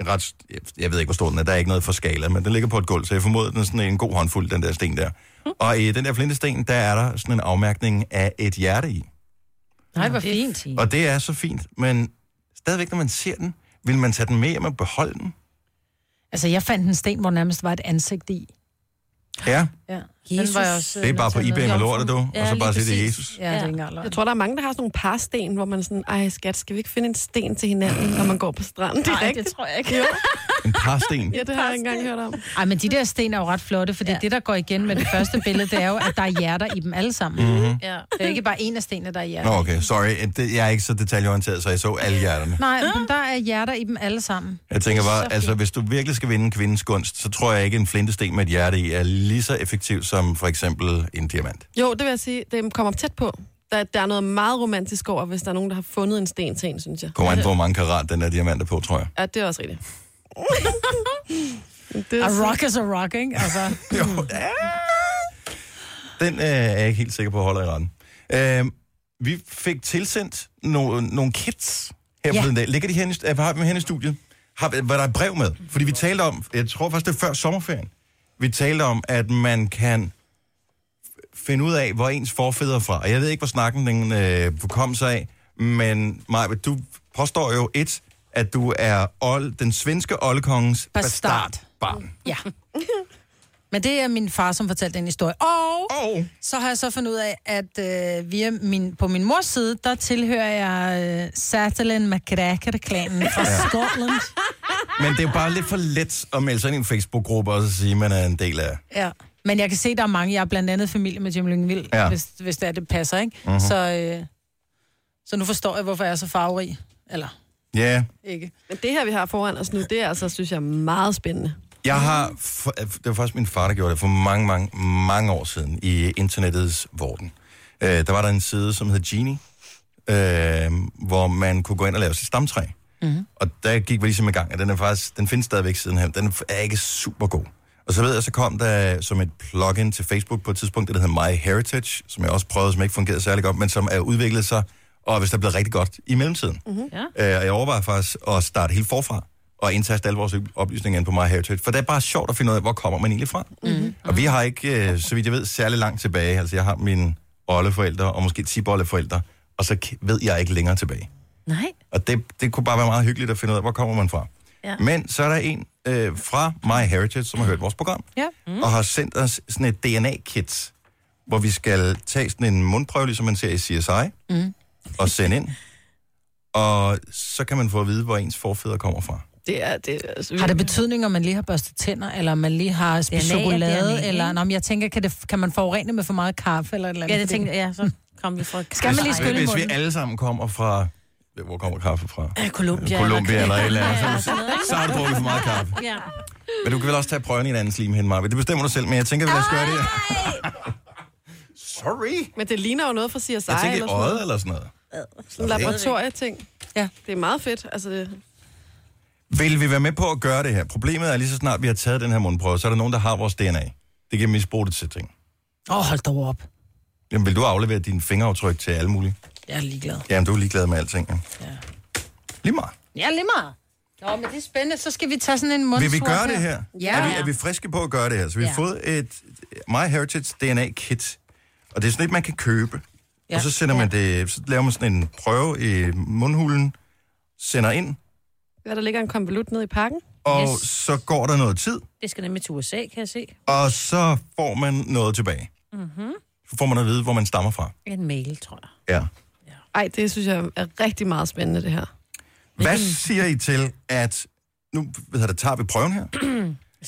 Speaker 1: En ret, st- jeg- jeg ved ikke, hvor stor den er, der er ikke noget for skala, men den ligger på et gulv, så jeg formoder, den er sådan en god håndfuld, den der sten der. Og i den der flintesten, der er der sådan en afmærkning af et hjerte i.
Speaker 3: Nej, hvor fint.
Speaker 1: Og det er så fint, men stadigvæk, når man ser den, vil man tage den med hjem og beholde den?
Speaker 3: Altså, jeg fandt en sten, hvor nærmest var et ansigt i.
Speaker 1: Ja,
Speaker 3: Ja.
Speaker 2: Jesus.
Speaker 4: øh,
Speaker 1: det er bare på eBay med lortet, du, og så bare sige, det er Jesus.
Speaker 3: Ja, det er ikke engang
Speaker 2: Jeg tror, der er mange, der har sådan nogle parsten, hvor man sådan, ej skat, skal vi ikke finde en sten til hinanden, når man går på stranden?
Speaker 3: Nej, det
Speaker 2: tror jeg ikke. Jo.
Speaker 1: En parsten.
Speaker 2: Ja, det har jeg ikke engang hørt om.
Speaker 3: Ej, men de der sten er jo ret flotte, fordi ja. det, der går igen med det første billede, det er jo, at der er hjerter i dem alle sammen.
Speaker 1: Mhm.
Speaker 3: Ja. Det er ikke bare en af stenene, der er hjerter.
Speaker 1: Nå, okay, sorry. Det- Jeg er ikke så detaljeorienteret, så jeg så alle hjerterne.
Speaker 3: Nej, men der er hjerter i dem alle sammen.
Speaker 1: Jeg tænker
Speaker 3: Så
Speaker 1: bare,
Speaker 3: fint.
Speaker 1: altså hvis du virkelig skal vinde en kvindens gunst, så tror jeg ikke, en flintesten med et hjerte i er lige så effektiv som for eksempel en diamant.
Speaker 2: Jo, det vil jeg sige, det kommer tæt på. Der, der er noget meget romantisk over, hvis der er nogen, der har fundet en sten til en, synes jeg.
Speaker 1: Kommer an på, hvor mange karat den der diamant er på, tror jeg.
Speaker 2: Ja, det er også rigtigt.
Speaker 3: A rock is a rock, ikke? Altså.
Speaker 1: jo, ja. Den øh, er jeg ikke helt sikker på, holder i retten. Øh, vi fik tilsendt no- nogle kits her
Speaker 22: Ja.
Speaker 1: ja. på den dag. Ligger de her, i st- øh, har vi dem her i studiet? Har, var der et brev med? Fordi vi talte om, jeg tror faktisk, det er før sommerferien, vi talte om, at man kan f- finde ud af, hvor ens forfædre er fra. Og jeg ved ikke, hvor snakken den øh, kom sig af, men Maja, du påstår jo et, at du er old, den svenske oldkongens
Speaker 3: Bastard.
Speaker 1: bastardbarn.
Speaker 3: Ja. Men det er min far, som fortalte den historie. Og
Speaker 1: oh.
Speaker 3: så har jeg så fundet ud af, at øh, via min, på min mors side, der tilhører jeg øh, Sutherland McCracker-klanen fra
Speaker 1: Ja.
Speaker 3: ja. Scotland.
Speaker 1: Men det er jo bare lidt for let at melde sig ind i en Facebook-gruppe og så sige, at man er en del af...
Speaker 3: Ja. Men jeg kan se, der er mange. Jeg er blandt andet familie med Jim Lyngvild,
Speaker 1: Ja.
Speaker 3: ja. hvis, hvis det er, det passer, ikke?
Speaker 1: Mhm.
Speaker 3: Uh-huh. Så, øh, så nu forstår jeg, hvorfor jeg er så farverig. Eller
Speaker 1: Ja, yeah.
Speaker 3: ikke.
Speaker 2: Men det her, vi har foran os nu, det er altså, synes jeg, er meget spændende.
Speaker 1: jeg har... For, det var faktisk min far, der gjorde det for mange, mange, mange år siden i internettets vorden. Øh, der var der en side, som hed Genie, øh, hvor man kunne gå ind og lave sit stamtræ.
Speaker 23: Mhm.
Speaker 1: Og der gik vi ligesom i gang, og den, er faktisk, den findes stadigvæk sidenhen. Den er ikke super god. Og så ved jeg, så kom der som et plugin til Facebook på et tidspunkt, det der hedder MyHeritage, som jeg også prøvede, som ikke fungerede særlig godt, men som er udviklet sig, og hvis der er blevet rigtig godt i mellemtiden.
Speaker 23: Mm-hmm. Ja.
Speaker 1: Øh, og jeg overvejer faktisk at starte helt forfra og indtaste alle vores oplysninger ind på MyHeritage, for det er bare sjovt at finde ud af, hvor kommer man egentlig fra. Mm-hmm. Og vi har ikke, øh, så vidt jeg ved, særlig langt tilbage. Altså, jeg har mine oldeforældre og måske 10 oldeforældre, og så k- ved jeg ikke længere tilbage.
Speaker 21: Nej.
Speaker 1: Og det, det kunne bare være meget hyggeligt at finde ud af, hvor kommer man fra.
Speaker 21: Ja.
Speaker 1: Men så er der en øh, fra MyHeritage, som har hørt vores program,
Speaker 3: Ja.
Speaker 1: mm. og har sendt os sådan et DNA-kit, hvor vi skal tage sådan en mundprøve, ligesom man ser i CSI,
Speaker 3: Mm.
Speaker 1: og sende ind. Og så kan man få at vide, hvor ens forfædre kommer fra.
Speaker 2: Det er, det er altså,
Speaker 3: Har det betydning, om man lige har børstet tænder, eller om man lige har spist
Speaker 21: DNA er
Speaker 3: chokolade?
Speaker 21: DNA,
Speaker 3: eller,
Speaker 21: ikke?
Speaker 3: nå, men jeg tænker, kan, det, kan man forurene med for meget kaffe? Eller et eller andet,
Speaker 21: Ja, det tænkte
Speaker 3: Fordi-
Speaker 21: jeg, ja, så kom vi fra...
Speaker 3: Skal man lige
Speaker 1: Hvis-
Speaker 3: skylle
Speaker 1: Hvis vi
Speaker 3: munden?
Speaker 1: alle sammen kommer fra... Hvor kommer kaffe fra?
Speaker 21: Øh, Colombia.
Speaker 1: Colombia eller et eller
Speaker 21: Colombia
Speaker 1: andet.
Speaker 21: sådan noget, ikke?
Speaker 1: Så har du drukket for meget kaffe.
Speaker 21: Ja.
Speaker 1: Men du kan vel også tage prøven i en anden slim hen, Marve. Det bestemmer du selv, men jeg tænker, vi lad os gøre det. Sorry.
Speaker 2: Men det ligner jo noget fra CSI.
Speaker 1: Jeg tænker,
Speaker 2: eller
Speaker 1: det
Speaker 2: sådan
Speaker 1: er
Speaker 2: noget.
Speaker 1: øjet eller sådan noget.
Speaker 2: Sådan
Speaker 1: Slap af.
Speaker 2: laboratorieting.
Speaker 3: Ja.
Speaker 2: Det er meget fedt. Altså, det...
Speaker 1: Vil vi være med på at gøre det her? Problemet er, lige så snart vi har taget den her mundprøve, så er der nogen, der har vores DNA. Det kan misbruge det til ting.
Speaker 3: Åh, oh, hold dog op.
Speaker 1: Jamen, vil du aflevere dine fingeraftryk til alle mulige?
Speaker 3: Jeg er ligeglad.
Speaker 1: Jamen, du er ligeglad med alting, ja. Lige meget.
Speaker 3: Ja, lige meget. Nå, men det er spændende. Så skal vi tage sådan en mundsvor.
Speaker 1: Vil vi gøre det her?
Speaker 3: Ja.
Speaker 1: Er, vi, er vi friske på at gøre det her? Så vi har
Speaker 3: Ja.
Speaker 1: fået et MyHeritage DNA-kit, og det er sådan et, man kan købe.
Speaker 3: Ja.
Speaker 1: Og så, sender man det, så laver man sådan en prøve i mundhulen, sender ind,
Speaker 2: Ja, der ligger en konvolut ned i pakken.
Speaker 1: og yes. så går der noget tid,
Speaker 21: Det skal nemlig til USA, kan jeg se.
Speaker 1: og så får man noget tilbage.
Speaker 21: Mm-hmm.
Speaker 1: Så får man at vide, hvor man stammer fra.
Speaker 21: En mail, tror jeg.
Speaker 1: Ja.
Speaker 2: Ej, det synes jeg er rigtig meget spændende, det her.
Speaker 1: Hvad siger I til, at... Nu ved jeg, der tager vi prøven her.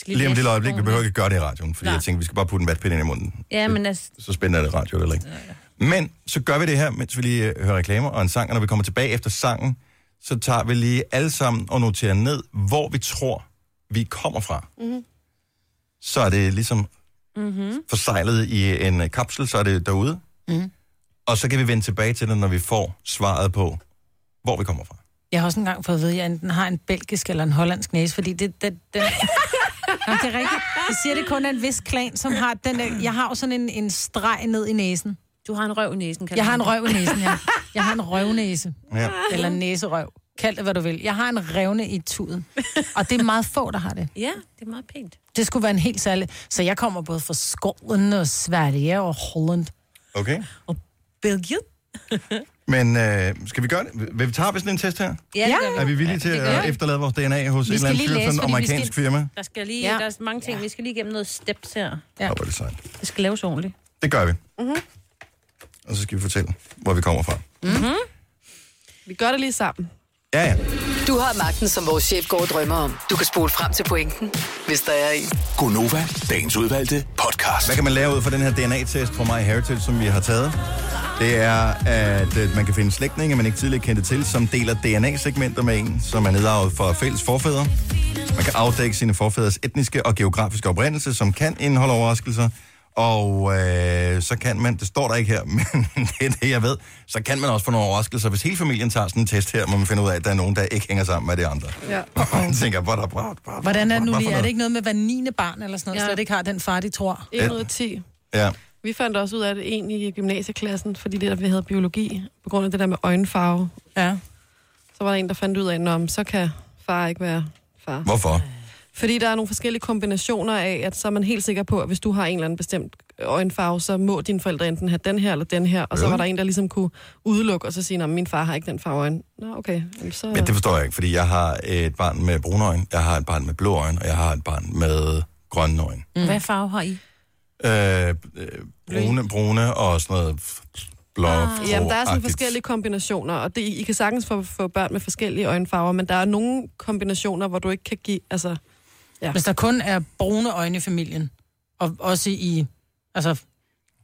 Speaker 1: Lige om et lille øjeblik, vi behøver ikke gøre det i radioen, fordi Nej. jeg tænker, vi skal bare putte en vatpind ind i munden.
Speaker 21: Ja, men altså,
Speaker 1: så spændende er det radio, eller ikke? Men så gør vi det her, mens vi lige øh, hører reklamer og en sang, og når vi kommer tilbage efter sangen, så tager vi lige alle sammen og noterer ned, hvor vi tror, vi kommer fra.
Speaker 24: Mm-hmm.
Speaker 1: Så er det ligesom
Speaker 24: Mm-hmm.
Speaker 1: forsejlet i en øh, kapsel, så er det derude.
Speaker 11: Mhm.
Speaker 1: Og så kan vi vende tilbage til det, når vi får svaret på, hvor vi kommer fra.
Speaker 11: Jeg har også engang fået at vide, at jeg enten har en belgisk eller en hollandsk næse, fordi det... det, det Jamen, det er rigtigt. Jeg siger, det kun er en vis klan, som har den der... Jeg har jo sådan en, en streg ned i næsen.
Speaker 4: Du har en røv i næsen, kan
Speaker 11: Jeg
Speaker 4: du-
Speaker 11: har en røv i næsen, ja. Jeg har en røvnæse.
Speaker 1: Ja.
Speaker 11: Eller en næserøv. Kald det, hvad du vil. Jeg har en revne i tuden. Og det er meget få, der har det.
Speaker 4: Ja, det er meget pænt.
Speaker 11: Det skulle være en helt særlig... Så jeg kommer både fra Skålen og Sverige og Holland.
Speaker 1: Okay?
Speaker 4: Belgien?
Speaker 1: Men øh, skal vi gøre det? Vil vi tage sådan en test her?
Speaker 4: Ja, det gør vi.
Speaker 1: Er vi villige til
Speaker 4: Det gør
Speaker 1: at
Speaker 4: vi.
Speaker 1: efterlade vores DNA hos et
Speaker 4: Vi
Speaker 1: eller
Speaker 4: skal
Speaker 1: andet
Speaker 4: lige
Speaker 1: fyr
Speaker 4: læse,
Speaker 1: fra en
Speaker 4: fordi vi skal-
Speaker 1: amerikansk firma?
Speaker 4: Der skal lige, ja. der er mange ting, vi skal lige igennem noget steps her.
Speaker 11: Ja.
Speaker 1: Hvor er det sejt.
Speaker 4: Det skal laves ordentligt.
Speaker 1: Det gør vi.
Speaker 4: Mm-hmm.
Speaker 1: Og så skal vi fortælle, hvor vi kommer fra.
Speaker 2: Mm-hmm. Vi gør det lige sammen.
Speaker 1: Ja, ja.
Speaker 8: Du har magten, som vores chef går og drømmer om. Du kan spole frem til pointen, hvis der er en.
Speaker 1: Gonova, dagens udvalgte podcast. Hvad kan man lære ud fra den her DNA-test fra MyHeritage, som vi har taget? Det er, at øh, man kan finde slægtninge, man ikke tidligere kendte til, som deler DNA-segmenter med en, som er nedarvet fra fælles forfædre. Man kan afdække sine forfædres etniske og geografiske oprindelse, som kan indeholde overraskelser. Og øh, så kan man, det står der ikke her, men det er det, jeg ved, så kan man også få nogle overraskelser. Hvis hele familien tager sådan en test her, må man finde ud af, at der er nogen, der ikke hænger sammen med de andre.
Speaker 11: Ja.
Speaker 1: Og man tænker, hvor er der bra, bra,
Speaker 11: Hvordan er det nu
Speaker 1: Hvad for
Speaker 11: lige? Er
Speaker 1: noget?
Speaker 11: det ikke noget med hver 9. barn eller sådan noget, ja. slet ikke har den far, de tror?
Speaker 2: 1 ud af 10.
Speaker 1: Ja.
Speaker 2: Vi fandt også ud af det egentlig i gymnasieklassen, fordi det der, vi havde biologi, på grund af det der med øjenfarve.
Speaker 11: Ja.
Speaker 2: Så var der en, der fandt ud af, at så kan far ikke være far.
Speaker 1: Hvorfor?
Speaker 2: Fordi der er nogle forskellige kombinationer af, at så er man helt sikker på, at hvis du har en eller anden bestemt øjenfarve, så må dine forældre enten have den her eller den her. Og så var der en, der ligesom kunne udelukke og så sige, at min far har ikke den farve øjne. Nå, okay. Jamen, så...
Speaker 1: Men det forstår jeg ikke, fordi jeg har et barn med brune øjne, jeg har et barn med blå øjne, og jeg har et barn med grønne øjne.
Speaker 4: Mm. Hvad farve har I?
Speaker 1: Øh, øh, brune, brune og sådan noget f- blå. Ah.
Speaker 2: Jamen, der er sådan forskellige kombinationer, og det, I kan sagtens få, få børn med forskellige øjenfarver, men der er nogle kombinationer, hvor du ikke kan give... Altså, ja.
Speaker 11: Hvis der kun er brune øjne i familien, og også i, altså,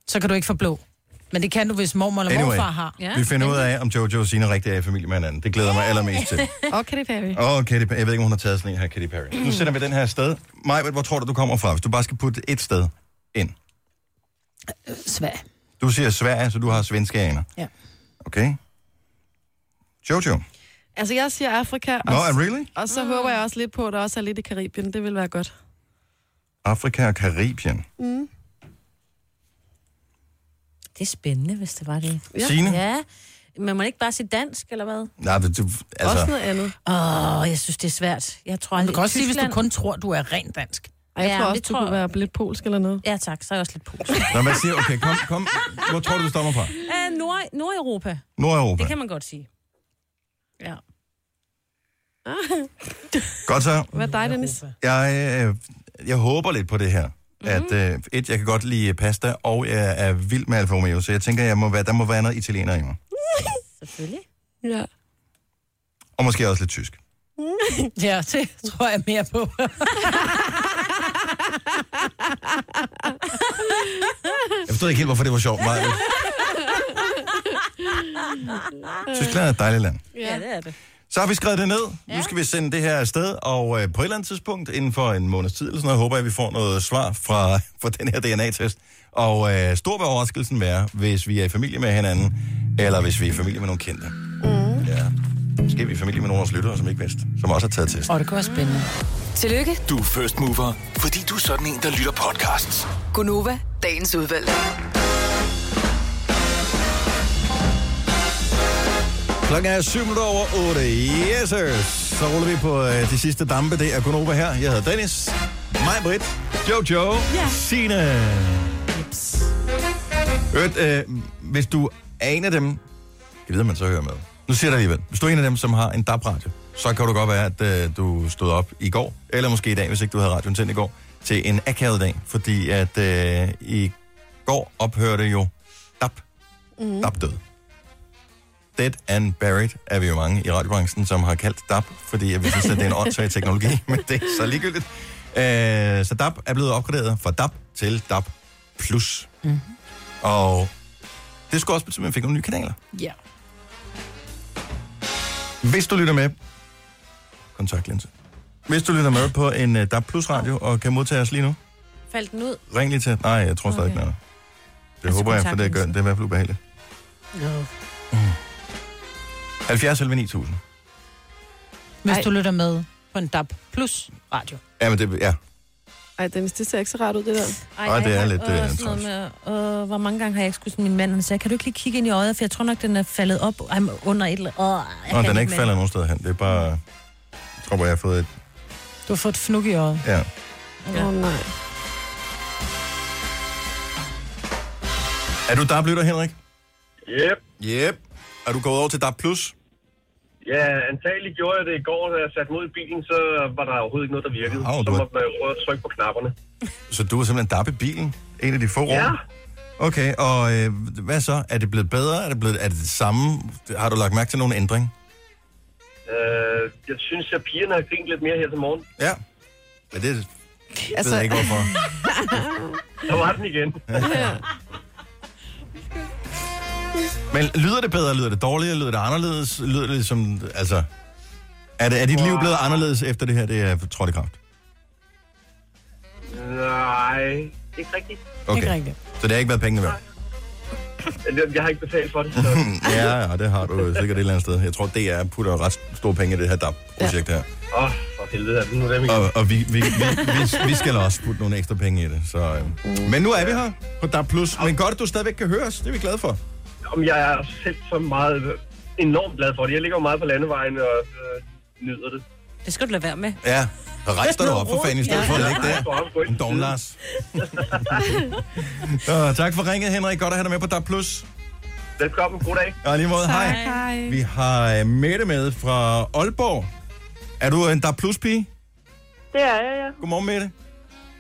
Speaker 11: så kan du ikke få blå. Men det kan du, hvis mormor eller
Speaker 1: Anyway,
Speaker 11: morfar har.
Speaker 1: vi finder ud af, om Jojo og Sina rigtig er i familie med hinanden. Det glæder jeg mig
Speaker 2: Ah!
Speaker 1: allermest til.
Speaker 2: Og Katy Perry.
Speaker 1: Åh, oh, Katy Perry. Jeg ved ikke, om hun har taget sådan en her, Katy Perry. Nu sender vi den her sted. Maja, hvor tror du, du kommer fra, hvis du bare skal putte et sted ind?
Speaker 11: Øh, Sverige.
Speaker 1: Du siger Sverige, så du har svenske aner.
Speaker 11: Ja.
Speaker 1: Okay. Jojo.
Speaker 2: Altså, jeg siger Afrika. Og,
Speaker 1: Nå, really?
Speaker 2: Og
Speaker 11: Mm.
Speaker 2: så håber jeg også lidt på, at der også er lidt i Karibien. Det vil være godt.
Speaker 1: Afrika og Karibien.
Speaker 2: Mm.
Speaker 4: Det er spændende, hvis det var det.
Speaker 1: Ja. Signe?
Speaker 4: Ja. Man må ikke bare sige dansk, eller hvad?
Speaker 1: Nej, men du, altså...
Speaker 2: andet.
Speaker 4: Åh, oh, jeg synes, det er svært. Jeg tror aldrig...
Speaker 11: Du kan også sige, hvis du
Speaker 4: Tyskland-
Speaker 11: kun tror, du er rent dansk.
Speaker 2: Ej, jeg tror også, du kunne være lidt polsk eller noget.
Speaker 4: Ja, tak. Så er jeg også lidt polsk.
Speaker 1: Nå, hvad siger Okay, kom, kom. Hvor tror du, du stammer fra?
Speaker 4: Æh, Nord Nordeuropa.
Speaker 1: Nordeuropa.
Speaker 4: Det kan man godt sige. Ja.
Speaker 1: Godt så.
Speaker 2: Hvad er dig, Dennis?
Speaker 1: Jeg, øh, jeg håber lidt på det her.
Speaker 4: Mhm.
Speaker 1: At øh, et, jeg kan godt lide pasta, og jeg er vild med Alfa Romeo, så jeg tænker, jeg må være, der må være noget italiener i mig.
Speaker 4: Selvfølgelig.
Speaker 2: Ja.
Speaker 1: Og måske også lidt tysk.
Speaker 11: ja, det tror jeg mere på.
Speaker 1: Jeg forstod ikke helt, hvorfor det var sjovt. Maja. Tyskland er et dejligt land.
Speaker 4: ja, det er det.
Speaker 1: Så har vi skrevet det ned. Ja. Nu skal vi sende det her afsted, og øh, på et eller andet tidspunkt, inden for en måneds tid eller sådan noget, håber jeg, at vi får noget svar fra, fra den her DNA-test. Og øh, stor vil overraskelsen være, hvis vi er i familie med hinanden, eller hvis vi er i familie med nogle kendte. Mm. Ja. Måske er vi i familie med nogle af vores lyttere, som ikke vidste, som også har taget testen.
Speaker 11: Og det kunne være spændende.
Speaker 8: Tillykke,
Speaker 6: Du er first mover, fordi du er sådan en, der lytter podcasts.
Speaker 8: Gunova, dagens udvalgte.
Speaker 1: Klokken er 7 minutter over 8. Yes, sir. Så ruller vi på øh, de sidste dampe. Det er kun over her. Jeg hedder Dennis, mig Britt, Jojo, ja. Signe. Øvrigt, øh, hvis du er en af dem... Jeg ved, om man så hører med. Nu siger jeg det alligevel. Hvis du er en af dem, som har en DAB-radio, så kan du godt være, at øh, du stod op i går, eller måske i dag, hvis ikke du havde radioen tændt i går, til en akavet dag, fordi at øh, i går ophørte jo DAB. Mm. DAB død. Dead and Buried er vi jo mange i radiobranchen, som har kaldt DAB, fordi vi synes, at det er en åndssvag teknologi, men det er så ligegyldigt. Øh, så DAB er blevet opgraderet fra DAB til DAB+. Plus.
Speaker 11: Mhm.
Speaker 1: Og det skulle også betyde, at man fik nogle nye kanaler.
Speaker 11: Ja.
Speaker 1: Hvis du lytter med... Kontaktlinse. Hvis du lytter med på en uh, DAB Plus radio og kan modtage os lige nu,
Speaker 4: Ah. Faldt den ud?
Speaker 1: ring lige til... Nej, jeg tror stadig ikke, den er der. Det
Speaker 4: Altså,
Speaker 1: håber jeg, for det gør
Speaker 4: kontaktlinse.
Speaker 1: Det er i hvert fald ubehageligt. Mm.
Speaker 4: No.
Speaker 1: 70 11 9000.
Speaker 11: Hvis Ej. du lytter med på en DAB Plus radio.
Speaker 1: Ja, men det... Ja.
Speaker 2: Ej, Dennis, det ser ikke så rart ud, det der.
Speaker 1: Ej, det er lidt,
Speaker 4: Og
Speaker 1: øh,
Speaker 4: sådan noget med, øh, hvor mange gange har jeg ikke skudt min mand, han sagde, kan du ikke lige kigge ind i øjet, for jeg tror nok, den er faldet op Ej, men under et eller andet. Øh,
Speaker 1: Nå, den er ikke faldet nogen sted hen. Det er bare... Jeg tror bare, jeg har fået et...
Speaker 11: Du har fået et fnug i øjet.
Speaker 1: Ja.
Speaker 2: Åh, ja. oh, nej.
Speaker 1: Er du DAB-lytter, Henrik?
Speaker 24: Yep.
Speaker 1: Yep. Er du gået over til DAB Plus?
Speaker 24: Ja, antageligt gjorde jeg det i går, da jeg satte mod i bilen, så var der overhovedet ikke noget, der virkede.
Speaker 1: Wow,
Speaker 24: så
Speaker 1: du er-
Speaker 24: måtte man jo prøve at trykke på knapperne.
Speaker 1: Så du er simpelthen DAB i bilen? En af de få
Speaker 24: Ja.
Speaker 1: år? Okay, og øh, hvad så? Er det blevet bedre? Er det, blevet, er det det samme? Har du lagt mærke til nogen ændring?
Speaker 24: Øh, jeg synes, at pigerne har grint lidt mere her til morgen.
Speaker 1: Ja. Men det altså...
Speaker 24: Altså-
Speaker 1: ved jeg ikke, hvorfor.
Speaker 24: Så var den igen.
Speaker 1: Men lyder det bedre? Lyder det dårligere? Lyder det anderledes? Lyder det som... Altså... Er, det, er dit liv blevet anderledes efter det her, det er trådt i kraft?
Speaker 24: Nej, ikke rigtigt.
Speaker 1: Okay. Ikke rigtigt. Så det har ikke været pengene værd? Mm,
Speaker 24: Jeg- Jeg har ikke betalt for det, så...
Speaker 1: ja, ja, det har du sikkert et eller andet sted. Jeg tror, DR putter ret store penge i det her DAB-projekt her.
Speaker 24: Åh, oh, for helvede, er det nu dem igen?
Speaker 1: Og, og vi, vi, vi, vi, vi skal også putte nogle ekstra penge i det. Så, øh. Men nu er vi her på DAB+. Plus. Men godt, at du stadigvæk kan høre os. Det er vi glade for.
Speaker 24: Om jeg er selv så meget enormt glad for det. Jeg ligger jo meget på landevejen og øh, nyder det.
Speaker 4: Det skal du lade være med.
Speaker 1: Ja, og rejs dig nu op for fanden i stedet for at ligge der. En dom, Lars. Så, tak for ringet, Henrik. Godt at have dig med på DAB+. Plus.
Speaker 24: Velkommen. God dag.
Speaker 1: Og i lige måde, hej.
Speaker 2: Hej.
Speaker 1: Vi har øh, Mette med fra Aalborg. Er du en DAB Plus-pige?
Speaker 21: Det er jeg, ja.
Speaker 1: Godmorgen, Mette.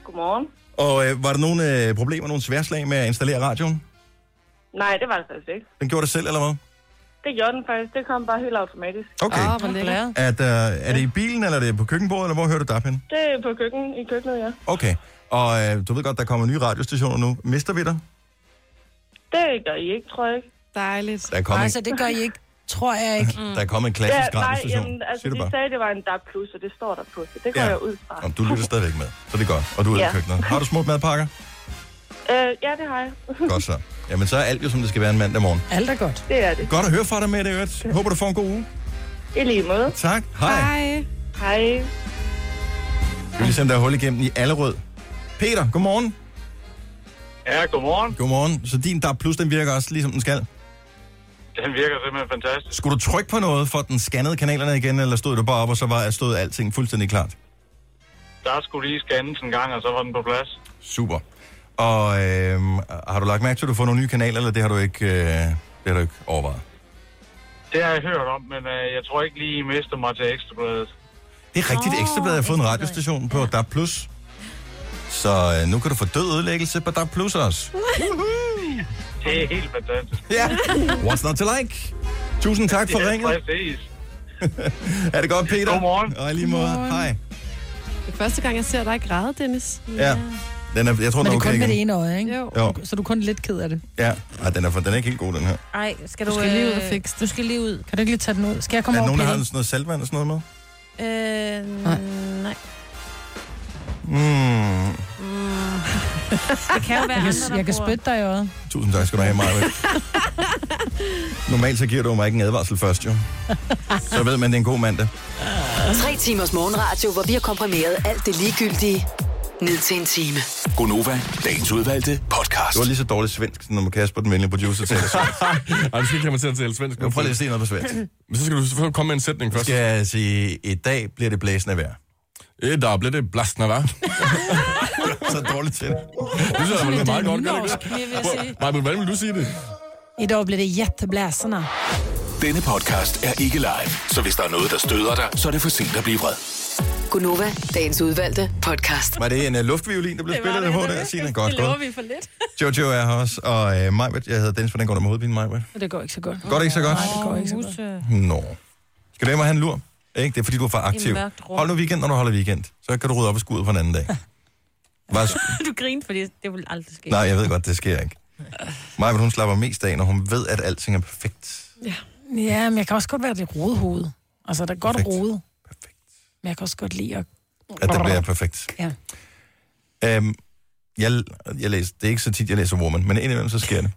Speaker 21: Godmorgen.
Speaker 1: Og øh, var der nogle øh, problemer, nogle sværslag med at installere radioen?
Speaker 21: Nej, det var det faktisk ikke.
Speaker 1: Den gjorde det selv, eller hvad?
Speaker 21: Det gjorde den faktisk. Det kom bare helt automatisk.
Speaker 1: Okay. Åh, hvor
Speaker 21: lækkert.
Speaker 1: Er, der, er det i bilen, eller er det på køkkenbordet, eller hvor hører du DAB hen?
Speaker 21: Det er på køkken, i køkkenet, ja.
Speaker 1: Okay. Og øh, du ved godt, der kommer nye radiostationer nu. Mister vi dig?
Speaker 21: Det gør I ikke, tror jeg ikke.
Speaker 2: Dejligt.
Speaker 1: Der er kommet-
Speaker 21: Altså, det gør I ikke, tror jeg ikke.
Speaker 1: Der er kommet en klassisk
Speaker 21: Mm. nej,
Speaker 1: radiostation.
Speaker 21: jamen, altså,
Speaker 1: Siger du
Speaker 21: de
Speaker 1: bare.
Speaker 21: sagde, det var en DAB+, plus, og det står der på, så det går
Speaker 1: Ja.
Speaker 21: jeg ud fra.
Speaker 1: Nå, du lytter stadigvæk med, så det er godt. Og du er ja.
Speaker 21: Ja.
Speaker 1: i køkkenet. Har du små madpakker?
Speaker 21: Øh, ja, det har jeg.
Speaker 1: Godt så. Jamen, så er alt jo, som det skal være en mandag morgen.
Speaker 21: Alt er godt. Det er det.
Speaker 1: Godt at høre fra dig, Mette Ørts. Håber, du får en god uge.
Speaker 21: I lige måde.
Speaker 1: Tak. Hej.
Speaker 21: Hej. Hej.
Speaker 1: Vi vil se, om der er hul igennem i Allerød. Peter, godmorgen.
Speaker 25: Ja, godmorgen.
Speaker 1: Godmorgen. Så din DAB Plus, den virker også, ligesom den skal.
Speaker 25: Den virker simpelthen fantastisk.
Speaker 1: Skulle du trykke på noget, for at den scannede kanalerne igen, eller stod du bare op, og så var, stod alting fuldstændig klart?
Speaker 25: Der skulle lige scannes en gang, og så var den på plads.
Speaker 1: Super. Og øh, har du lagt mærke til, at du får nogle nye kanaler, eller det har du ikke, øh, det har du ikke overvejet?
Speaker 25: Det har jeg hørt om, men øh, jeg tror ikke lige, I mister mig til ekstrabladet.
Speaker 1: Det er rigtigt. Oh, Ekstrabladet har fået en radiostation på DAB+. Plus. Så øh, nu kan du få død ødelæggelse på DAB+, Plus også.
Speaker 25: Det er helt fantastisk.
Speaker 1: Ja. What's not to like? Tusind tak for ringet.
Speaker 25: Præcis.
Speaker 1: er det godt, Peter?
Speaker 25: Godmorgen.
Speaker 1: Og i lige måde.
Speaker 2: Godmorgen.
Speaker 1: Hej.
Speaker 2: Det er første gang, jeg ser dig græde, Dennis.
Speaker 11: Mm.
Speaker 1: Ja. Den er, jeg tror,
Speaker 11: Men
Speaker 1: den
Speaker 11: det
Speaker 1: er
Speaker 11: er
Speaker 1: okay
Speaker 11: kun med det
Speaker 1: igen.
Speaker 11: ene øje, ikke?
Speaker 1: Jo.
Speaker 11: Så du er kun lidt ked af det.
Speaker 1: Ja. Ej, den er, for, den er ikke helt god, den her.
Speaker 4: Ej, skal
Speaker 11: Du
Speaker 4: du... øh,
Speaker 11: skal lige ud og
Speaker 2: Øh,
Speaker 4: fikse Du skal lige ud.
Speaker 11: Kan du ikke lige tage den ud? Skal jeg komme
Speaker 1: er der
Speaker 11: over
Speaker 1: nogen, der har
Speaker 11: Peter?
Speaker 1: sådan noget saltvand og sådan noget
Speaker 4: Øh, nej.
Speaker 1: med? Mm.
Speaker 4: Mm. Det kan jo være
Speaker 11: Jeg kan-
Speaker 4: andre, der
Speaker 11: jeg kan
Speaker 4: bruger-
Speaker 11: spytte dig i øjet.
Speaker 1: Tusind tak skal du have, Maja. Normalt så giver du mig ikke en advarsel først, jo. Så ved man, det er en god mandag.
Speaker 8: Tre timers morgenradio, hvor vi har komprimeret alt det ligegyldige ned til en time.
Speaker 1: Gonova, dagens udvalgte podcast. Det var lige så dårligt svensk, som når man Kasper, den venlige producer, taler svensk.
Speaker 7: Ej, du skal ikke have mig til at tale svensk.
Speaker 1: Prøv lige at se noget på svensk.
Speaker 7: Men så skal du så komme med en sætning først.
Speaker 1: Skal jeg sige, i dag bliver det blæsende vejr?
Speaker 7: I dag bliver det blæsende vejr.
Speaker 1: så dårligt til.
Speaker 7: Det synes jeg, det er meget godt. gør det
Speaker 11: nynorsk,
Speaker 7: ikke det?
Speaker 11: vil jeg sige.
Speaker 7: Hvor- Maja, men hvordan vil du sige det?
Speaker 11: I dag bliver det jätteblæsende.
Speaker 26: Denne podcast er ikke live, så hvis der er noget, der støder dig, så er det for sent at blive vred.
Speaker 8: Gunova, dagens udvalgte podcast.
Speaker 1: Var det en uh, luftviolin, der blev spillet der på der? Signe, godt,
Speaker 4: Det lover
Speaker 1: godt.
Speaker 4: vi for lidt.
Speaker 1: Jojo er her også, og uh, Majbert, jeg hedder Dennis, hvordan går det med hovedpine, Majbert?
Speaker 11: Det går ikke så godt.
Speaker 1: Går det ikke så godt?
Speaker 11: Nej, det går ikke så godt.
Speaker 1: Nå. Skal du hjem og have en lur? Ikke? Det er fordi, du er for
Speaker 4: I
Speaker 1: aktiv.
Speaker 4: mørkt rum.
Speaker 1: Hold nu weekend, når du holder weekend. Så kan du rydde op i skuret for en anden dag. Bare
Speaker 4: du griner, fordi det vil aldrig ske.
Speaker 1: Nej, jeg ved godt, det sker ikke. Maja, hun slapper mest af, når hun ved, at alting er perfekt.
Speaker 11: Ja. ja, men jeg kan også godt være det rode hoved.
Speaker 3: Altså, der er godt rodet. Perfekt. Men jeg kan også godt lide at...
Speaker 1: At det bliver perfekt.
Speaker 3: Ja.
Speaker 1: Øhm, jeg, jeg læser, det er ikke så tit, jeg læser Woman, men indimellem så sker det.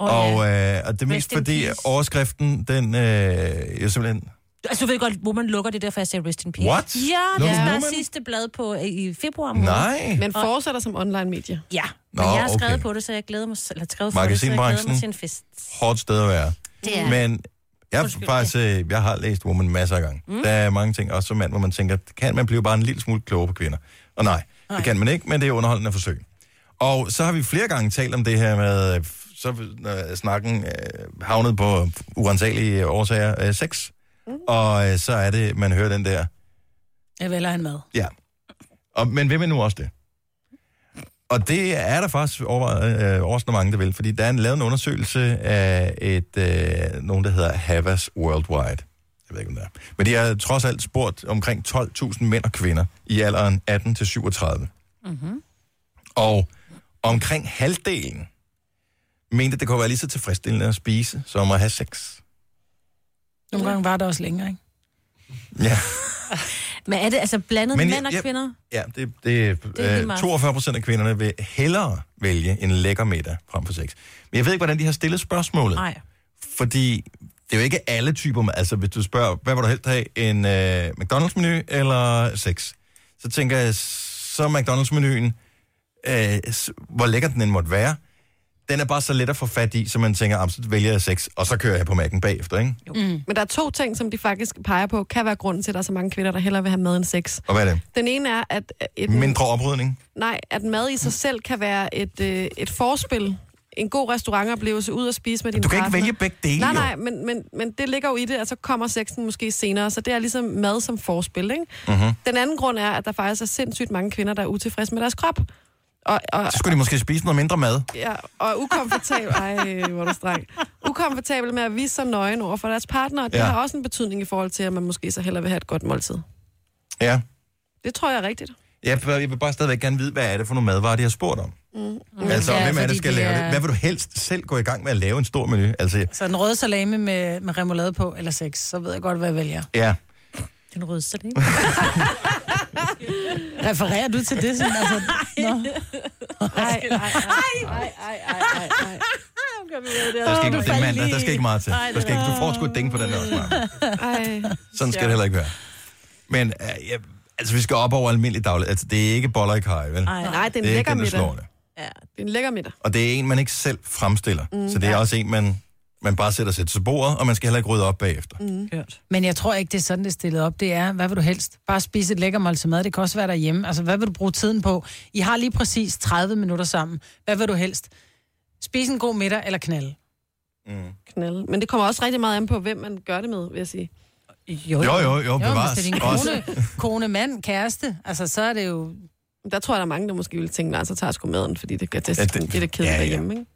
Speaker 4: Åh,
Speaker 1: og,
Speaker 4: ja.
Speaker 1: øh, og det er mest
Speaker 4: Rest in
Speaker 1: fordi,
Speaker 4: peace.
Speaker 1: overskriften, den øh, jo simpelthen...
Speaker 4: Altså, du ved godt, hvor man lukker det, er derfor jeg sagde rest in peace.
Speaker 1: What?
Speaker 4: Ja,
Speaker 1: Lukker
Speaker 4: det er
Speaker 1: Woman?
Speaker 4: sidste blad på øh, i februar.
Speaker 1: Nej.
Speaker 2: Men fortsætter som online-medie.
Speaker 4: Ja,
Speaker 1: Nå,
Speaker 4: men jeg har
Speaker 1: okay.
Speaker 4: skrevet på det, så jeg glæder mig, eller skrevet for det, så jeg glæder
Speaker 1: Magasinbranchen.
Speaker 4: mig til en fest.
Speaker 1: Hårdt sted at være.
Speaker 4: Det er
Speaker 1: Men jeg, er faktisk, øh, jeg har læst Woman masser af gange.
Speaker 4: Mm.
Speaker 1: Mm. Der er mange ting, også som mand, hvor man tænker, kan man blive bare en lille smule klogere på kvinder? Og nej, nej, det kan man ikke, men det er underholdende forsøg. Og så har vi flere gange talt om det her med, øh, så øh, snakken øh, havnet på urensagelige årsager, øh, sex. Mm. Og øh, så er det, man hører den der,
Speaker 3: Jeg vælger han mad.
Speaker 1: Ja. Og, men vil man nu også det? Og det er der faktisk over, øh, overraskende mange, der vil, fordi der er en, lavet en undersøgelse af et, øh, nogen, der hedder Havas Worldwide. Jeg ved ikke, om det er. Men de har trods alt spurgt omkring 12.000 mænd og kvinder i alderen 18-37.
Speaker 23: Mm-hmm.
Speaker 1: Og omkring halvdelen mente, at det kunne være lige så tilfredsstillende at spise, som at have sex.
Speaker 3: Nogle gange var det også længere, ikke?
Speaker 1: Ja.
Speaker 4: Men er det altså blandet
Speaker 1: Men
Speaker 4: Men,
Speaker 1: jeg-
Speaker 4: mænd og
Speaker 1: jeg-
Speaker 4: kvinder?
Speaker 1: Ja, det, det,
Speaker 4: Det er
Speaker 1: det
Speaker 4: lige
Speaker 1: øh,
Speaker 4: meget.
Speaker 1: 42 procent af kvinderne vil hellere vælge en lækker middag frem for sex. Men jeg ved ikke, hvordan de har stillet spørgsmålet.
Speaker 4: Nej.
Speaker 1: Fordi det er jo ikke alle typer. mad. Altså, hvis du spørger, hvad vil du helst have? En øh, McDonald's-menu eller sex? Så tænker jeg, så er McDonald's-menuen, øh, s- hvor lækker den end måtte være, den er bare så let at få fat i, så man tænker, "Ah, så vælger jeg sex, og så kører jeg på mærken bagefter, ikke?
Speaker 2: Mm. Men der er to ting, som de faktisk peger på, kan være grunden til, at der er så mange kvinder, der hellere vil have mad end sex.
Speaker 1: Og hvad er det?
Speaker 2: Den ene er, at... Et,
Speaker 1: Mindre oprydning?
Speaker 2: Nej, at mad i sig selv kan være et, øh, et forspil. En god restaurantoplevelse, ud og spise med din
Speaker 1: Du kan ikke
Speaker 2: partner.
Speaker 1: vælge begge dele,
Speaker 2: Nej,
Speaker 1: jo.
Speaker 2: nej, men, men, men det ligger jo i det, at så kommer sexen måske senere, så det er ligesom mad som forspil, ikke?
Speaker 1: Mhm.
Speaker 2: Den anden grund er, at der faktisk er sindssygt mange kvinder, der er utilfredse med deres krop. Og, og,
Speaker 1: Så skulle de måske spise noget mindre mad.
Speaker 2: Ja, og er ukomfortabel. Ej, hvor er du streng. Ukomfortabel med at vise sig nøgen over for deres partner. Det
Speaker 1: Ja.
Speaker 2: ja. har også en betydning i forhold til, at man måske så hellere vil have et godt måltid.
Speaker 1: Ja.
Speaker 2: Det tror jeg er rigtigt.
Speaker 1: Jeg vil- jeg vil bare stadigvæk gerne vide, hvad er det for nogle madvarer, de har spurgt om.
Speaker 2: Mm.
Speaker 1: Mm. Altså, ja, hvem er det, der
Speaker 3: fordi
Speaker 1: skal
Speaker 3: det
Speaker 1: lave
Speaker 3: er-
Speaker 1: det? Hvad vil du helst selv gå i gang med at lave en stor menu? Altså,
Speaker 3: Så en rød salami med, med remoulade på, eller seks, så ved jeg godt, hvad jeg vælger.
Speaker 1: ja.
Speaker 4: Den røde salami.
Speaker 3: Refererer du til det? Sådan, altså, nå.
Speaker 2: Ej, ej,
Speaker 3: ej,
Speaker 2: ej, ej,
Speaker 3: ej, ej.
Speaker 1: Der skal ikke, det er mandag, der skal ikke meget til. Der skal ikke, du får sgu et dænge på den der også, Maja.
Speaker 2: Ej.
Speaker 1: Sådan skal det heller ikke være. Men øh, jeg, altså, vi skal op over almindelig daglig. Altså, det er ikke boller i kaj, vel?
Speaker 2: Ej, nej, det er en
Speaker 1: det er ikke
Speaker 2: lækker
Speaker 1: den, der
Speaker 2: middag.
Speaker 1: slår det.
Speaker 2: Ja, det er en lækker middag.
Speaker 1: Og det er en, man ikke selv fremstiller.
Speaker 2: Mm.
Speaker 1: Mm, så det er
Speaker 2: Ja.
Speaker 1: også en, man, man bare sætter sig til bordet, og man skal heller ikke rydde op bagefter.
Speaker 3: Mm. Men jeg tror ikke, det er sådan, det er stillet op. Det er, hvad vil du helst? Bare spise et lækker måltid mad. Det kan også være derhjemme. Altså, hvad vil du bruge tiden på? I har lige præcis 30 minutter sammen. Hvad vil du helst? Spise en god middag eller knalde?
Speaker 1: Mm.
Speaker 2: Knalde. Men det kommer også rigtig meget an på, hvem man gør det med, vil jeg sige.
Speaker 3: Jo,
Speaker 1: jo, jo, jo
Speaker 3: Jo, hvis
Speaker 1: bevares.
Speaker 3: det er din
Speaker 1: Også.
Speaker 3: kone, kone, mand, kæreste, altså så er det jo...
Speaker 2: Der tror jeg, der er mange, der måske ville tænke, nej, så tager jeg sgu maden, fordi det, gør det,
Speaker 1: Ja,
Speaker 2: ja,
Speaker 1: det-
Speaker 2: det, det er det kedeligt
Speaker 1: ja,
Speaker 2: ja,
Speaker 1: ja.
Speaker 2: ja. derhjemme, ikke?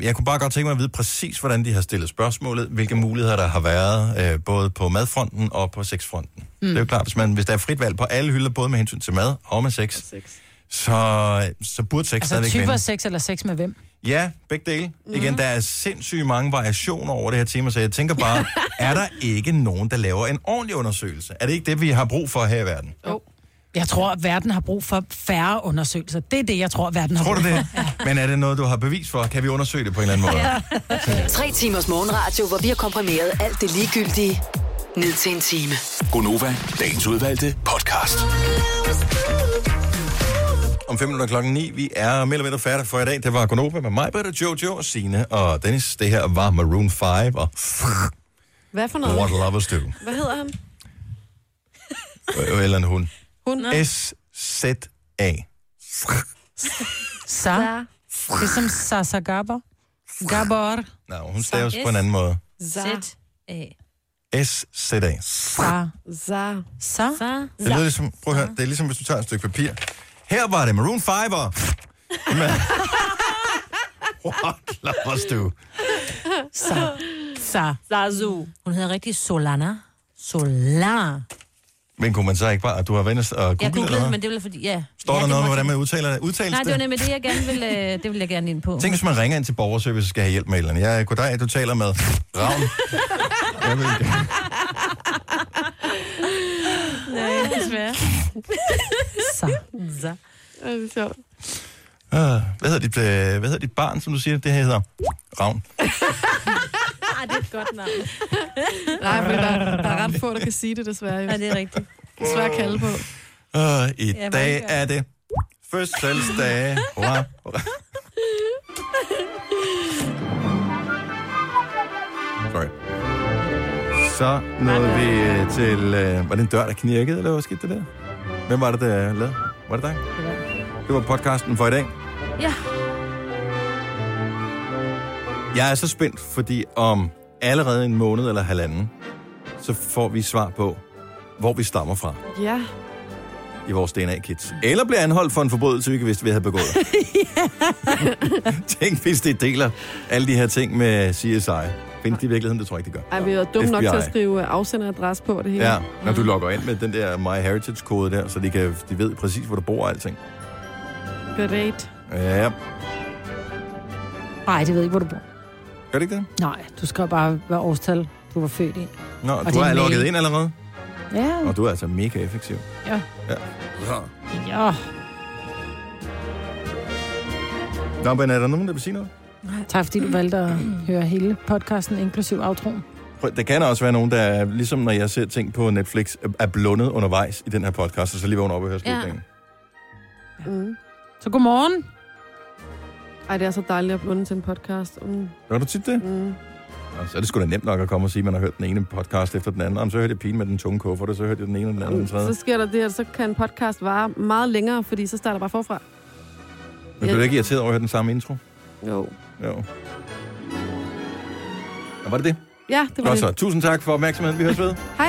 Speaker 1: Det, jeg kunne bare godt tænke mig at vide præcis, hvordan de har stillet spørgsmålet, hvilke muligheder der har været, øh, både på madfronten og på sexfronten. Mm. Det er jo klart, hvis, man, hvis der er frit valg på alle hylder, både med hensyn til mad og med sex, Så, så burde sex
Speaker 3: Altså
Speaker 1: stadigvæk
Speaker 3: typer Mhm.
Speaker 1: vinde.
Speaker 3: sex eller sex med hvem?
Speaker 1: Ja, begge dele. Mm. Igen, der er sindssygt mange variationer over det her tema, så jeg tænker bare, er der ikke nogen, der laver en ordentlig undersøgelse? Er det ikke det, vi har brug for her i verden?
Speaker 2: Jo.
Speaker 3: Jeg tror, at verden har brug for færre undersøgelser. Det er det, jeg tror, at verden har
Speaker 1: Tror du
Speaker 3: brug for.
Speaker 1: det? Men er det noget, du har bevis for? Kan vi undersøge det på en eller anden måde?
Speaker 8: Tre timers morgenradio, hvor vi har komprimeret alt det ligegyldige ned til en time.
Speaker 26: Gonova, dagens udvalgte podcast.
Speaker 1: Om 5 minutter klokken 9, vi er mere eller mindre færdige for i dag. Det var Konoba med mig, Britta, Jojo, Sine og Dennis. Det her var Maroon 5 og
Speaker 2: Hvad for noget?
Speaker 1: What Lovers Do. Øh,
Speaker 2: Hvad hedder han?
Speaker 1: Eller en hund.
Speaker 2: Hun?
Speaker 1: S-Z-A.
Speaker 3: Sa. Det er som Sasa Gabor. Gabor.
Speaker 1: Nå, hun staves på en anden måde.
Speaker 4: Sæt.
Speaker 1: S-Z-A.
Speaker 3: Sa.
Speaker 2: Sa.
Speaker 3: Sa.
Speaker 4: Sa.
Speaker 1: Det lyder ligesom, prøv at høre, det er ligesom, hvis du tager et stykke papir. Her var det Maroon 5. Men... What lovers do?
Speaker 4: Sa. Sa. Zazu. Hun hedder rigtig Solana. Solana.
Speaker 1: Men kunne man så ikke bare, at du har været inde og
Speaker 4: Jeg
Speaker 1: googlet eller
Speaker 4: googlede,
Speaker 1: hvad?
Speaker 4: men det var fordi, ja.
Speaker 1: Står
Speaker 4: ja,
Speaker 1: der
Speaker 4: det
Speaker 1: noget med,
Speaker 4: må
Speaker 1: hvordan
Speaker 4: jeg-
Speaker 1: man udtaler det? Udtales
Speaker 4: Nej, det var nemlig det, jeg gerne ville, øh, det ville jeg gerne ind på.
Speaker 1: Tænk, hvis man ringer ind til borgerservice og skal have hjælp med et eller andet. Ja, goddag, du taler med Ravn. Jeg vil gerne-
Speaker 4: Nej, desværre.
Speaker 11: Så.
Speaker 4: Så.
Speaker 2: Ja, det er sjovt.
Speaker 1: Ah, Hvad hedder dit, øh, hvad hedder dit barn, som du siger? Det her hedder Ravn.
Speaker 4: Ah, det er et godt navn.
Speaker 2: Nej, men der, der er ret få, der kan sige det, desværre. Jo. Ja,
Speaker 4: det er rigtigt.
Speaker 2: Det er svært at kalde på.
Speaker 1: Uh, I
Speaker 2: Ja, man
Speaker 1: dag
Speaker 2: gør.
Speaker 1: er det fødselsdag. Hurra, hurra. Sorry. Så nåede vi øh, til... Øh, var det en dør, der knirkede, eller hvad skete det der? Hvem var det, der lavede? Var det dig? Det var podcasten for i dag.
Speaker 4: Ja.
Speaker 1: Jeg er så spændt, fordi om allerede en måned eller halvanden, så får vi svar på, hvor vi stammer fra
Speaker 2: Ja.
Speaker 1: i vores DNA-kits. Eller bliver anholdt for en forbrydelse, vi ikke vidste, vi havde begået. Tænk, hvis det deler alle de her ting med CSI. Findes de i virkeligheden? Det tror jeg ikke, de gør.
Speaker 2: Ej, vi er dumme nok
Speaker 1: FBI.
Speaker 2: til at skrive øh, afsenderadresse på det hele.
Speaker 1: Ja, når du logger ind med den der MyHeritage-kode der, så de, kan, de ved præcis, hvor du bor og alting.
Speaker 2: Great.
Speaker 1: Ja,
Speaker 11: Nej, det ved ikke, hvor du bor.
Speaker 1: gør det ikke det?
Speaker 11: Nej, du skal bare være årstal, du var født i.
Speaker 1: Nå,
Speaker 11: Og
Speaker 1: og du
Speaker 11: din
Speaker 1: er
Speaker 11: mail.
Speaker 1: logget ind allerede,
Speaker 11: Ja.
Speaker 1: og du er altså mega effektiv.
Speaker 11: Ja.
Speaker 1: Ja.
Speaker 11: Ja.
Speaker 1: Nå, men er der nogen, der vil sige noget?
Speaker 11: Tak fordi du valgte at høre hele podcasten, inklusiv outroen.
Speaker 1: Prøv, Der kan også være nogen, der, er- ligesom når jeg ser ting på Netflix, øh, er- er blundet undervejs i den her podcast, og så lige vågner op og hører
Speaker 11: Ja.
Speaker 1: slutningen.
Speaker 2: Mm.
Speaker 11: Så godmorgen.
Speaker 2: Ej, det er så dejligt at blunde til en podcast. Mm.
Speaker 1: Gør du tit det?
Speaker 2: Mm.
Speaker 1: Og så er det sgu da nemt nok at komme og sige, at man har hørt den ene podcast efter den anden. Jamen, så hørte jeg pigen med den tunge kuffert, og så hørte jeg den ene og den anden og den tredje.
Speaker 2: Mm, Så sker der det, at så kan en podcast vare meget længere, fordi så starter jeg bare forfra.
Speaker 1: Men blev du ikke irriteret over at høre den samme intro?
Speaker 2: Jo.
Speaker 1: Jo. Ja, var det det?
Speaker 2: Ja, det var
Speaker 1: Godt
Speaker 2: det.
Speaker 1: så. Tusind tak for opmærksomheden. Vi høres ved.
Speaker 2: Hej.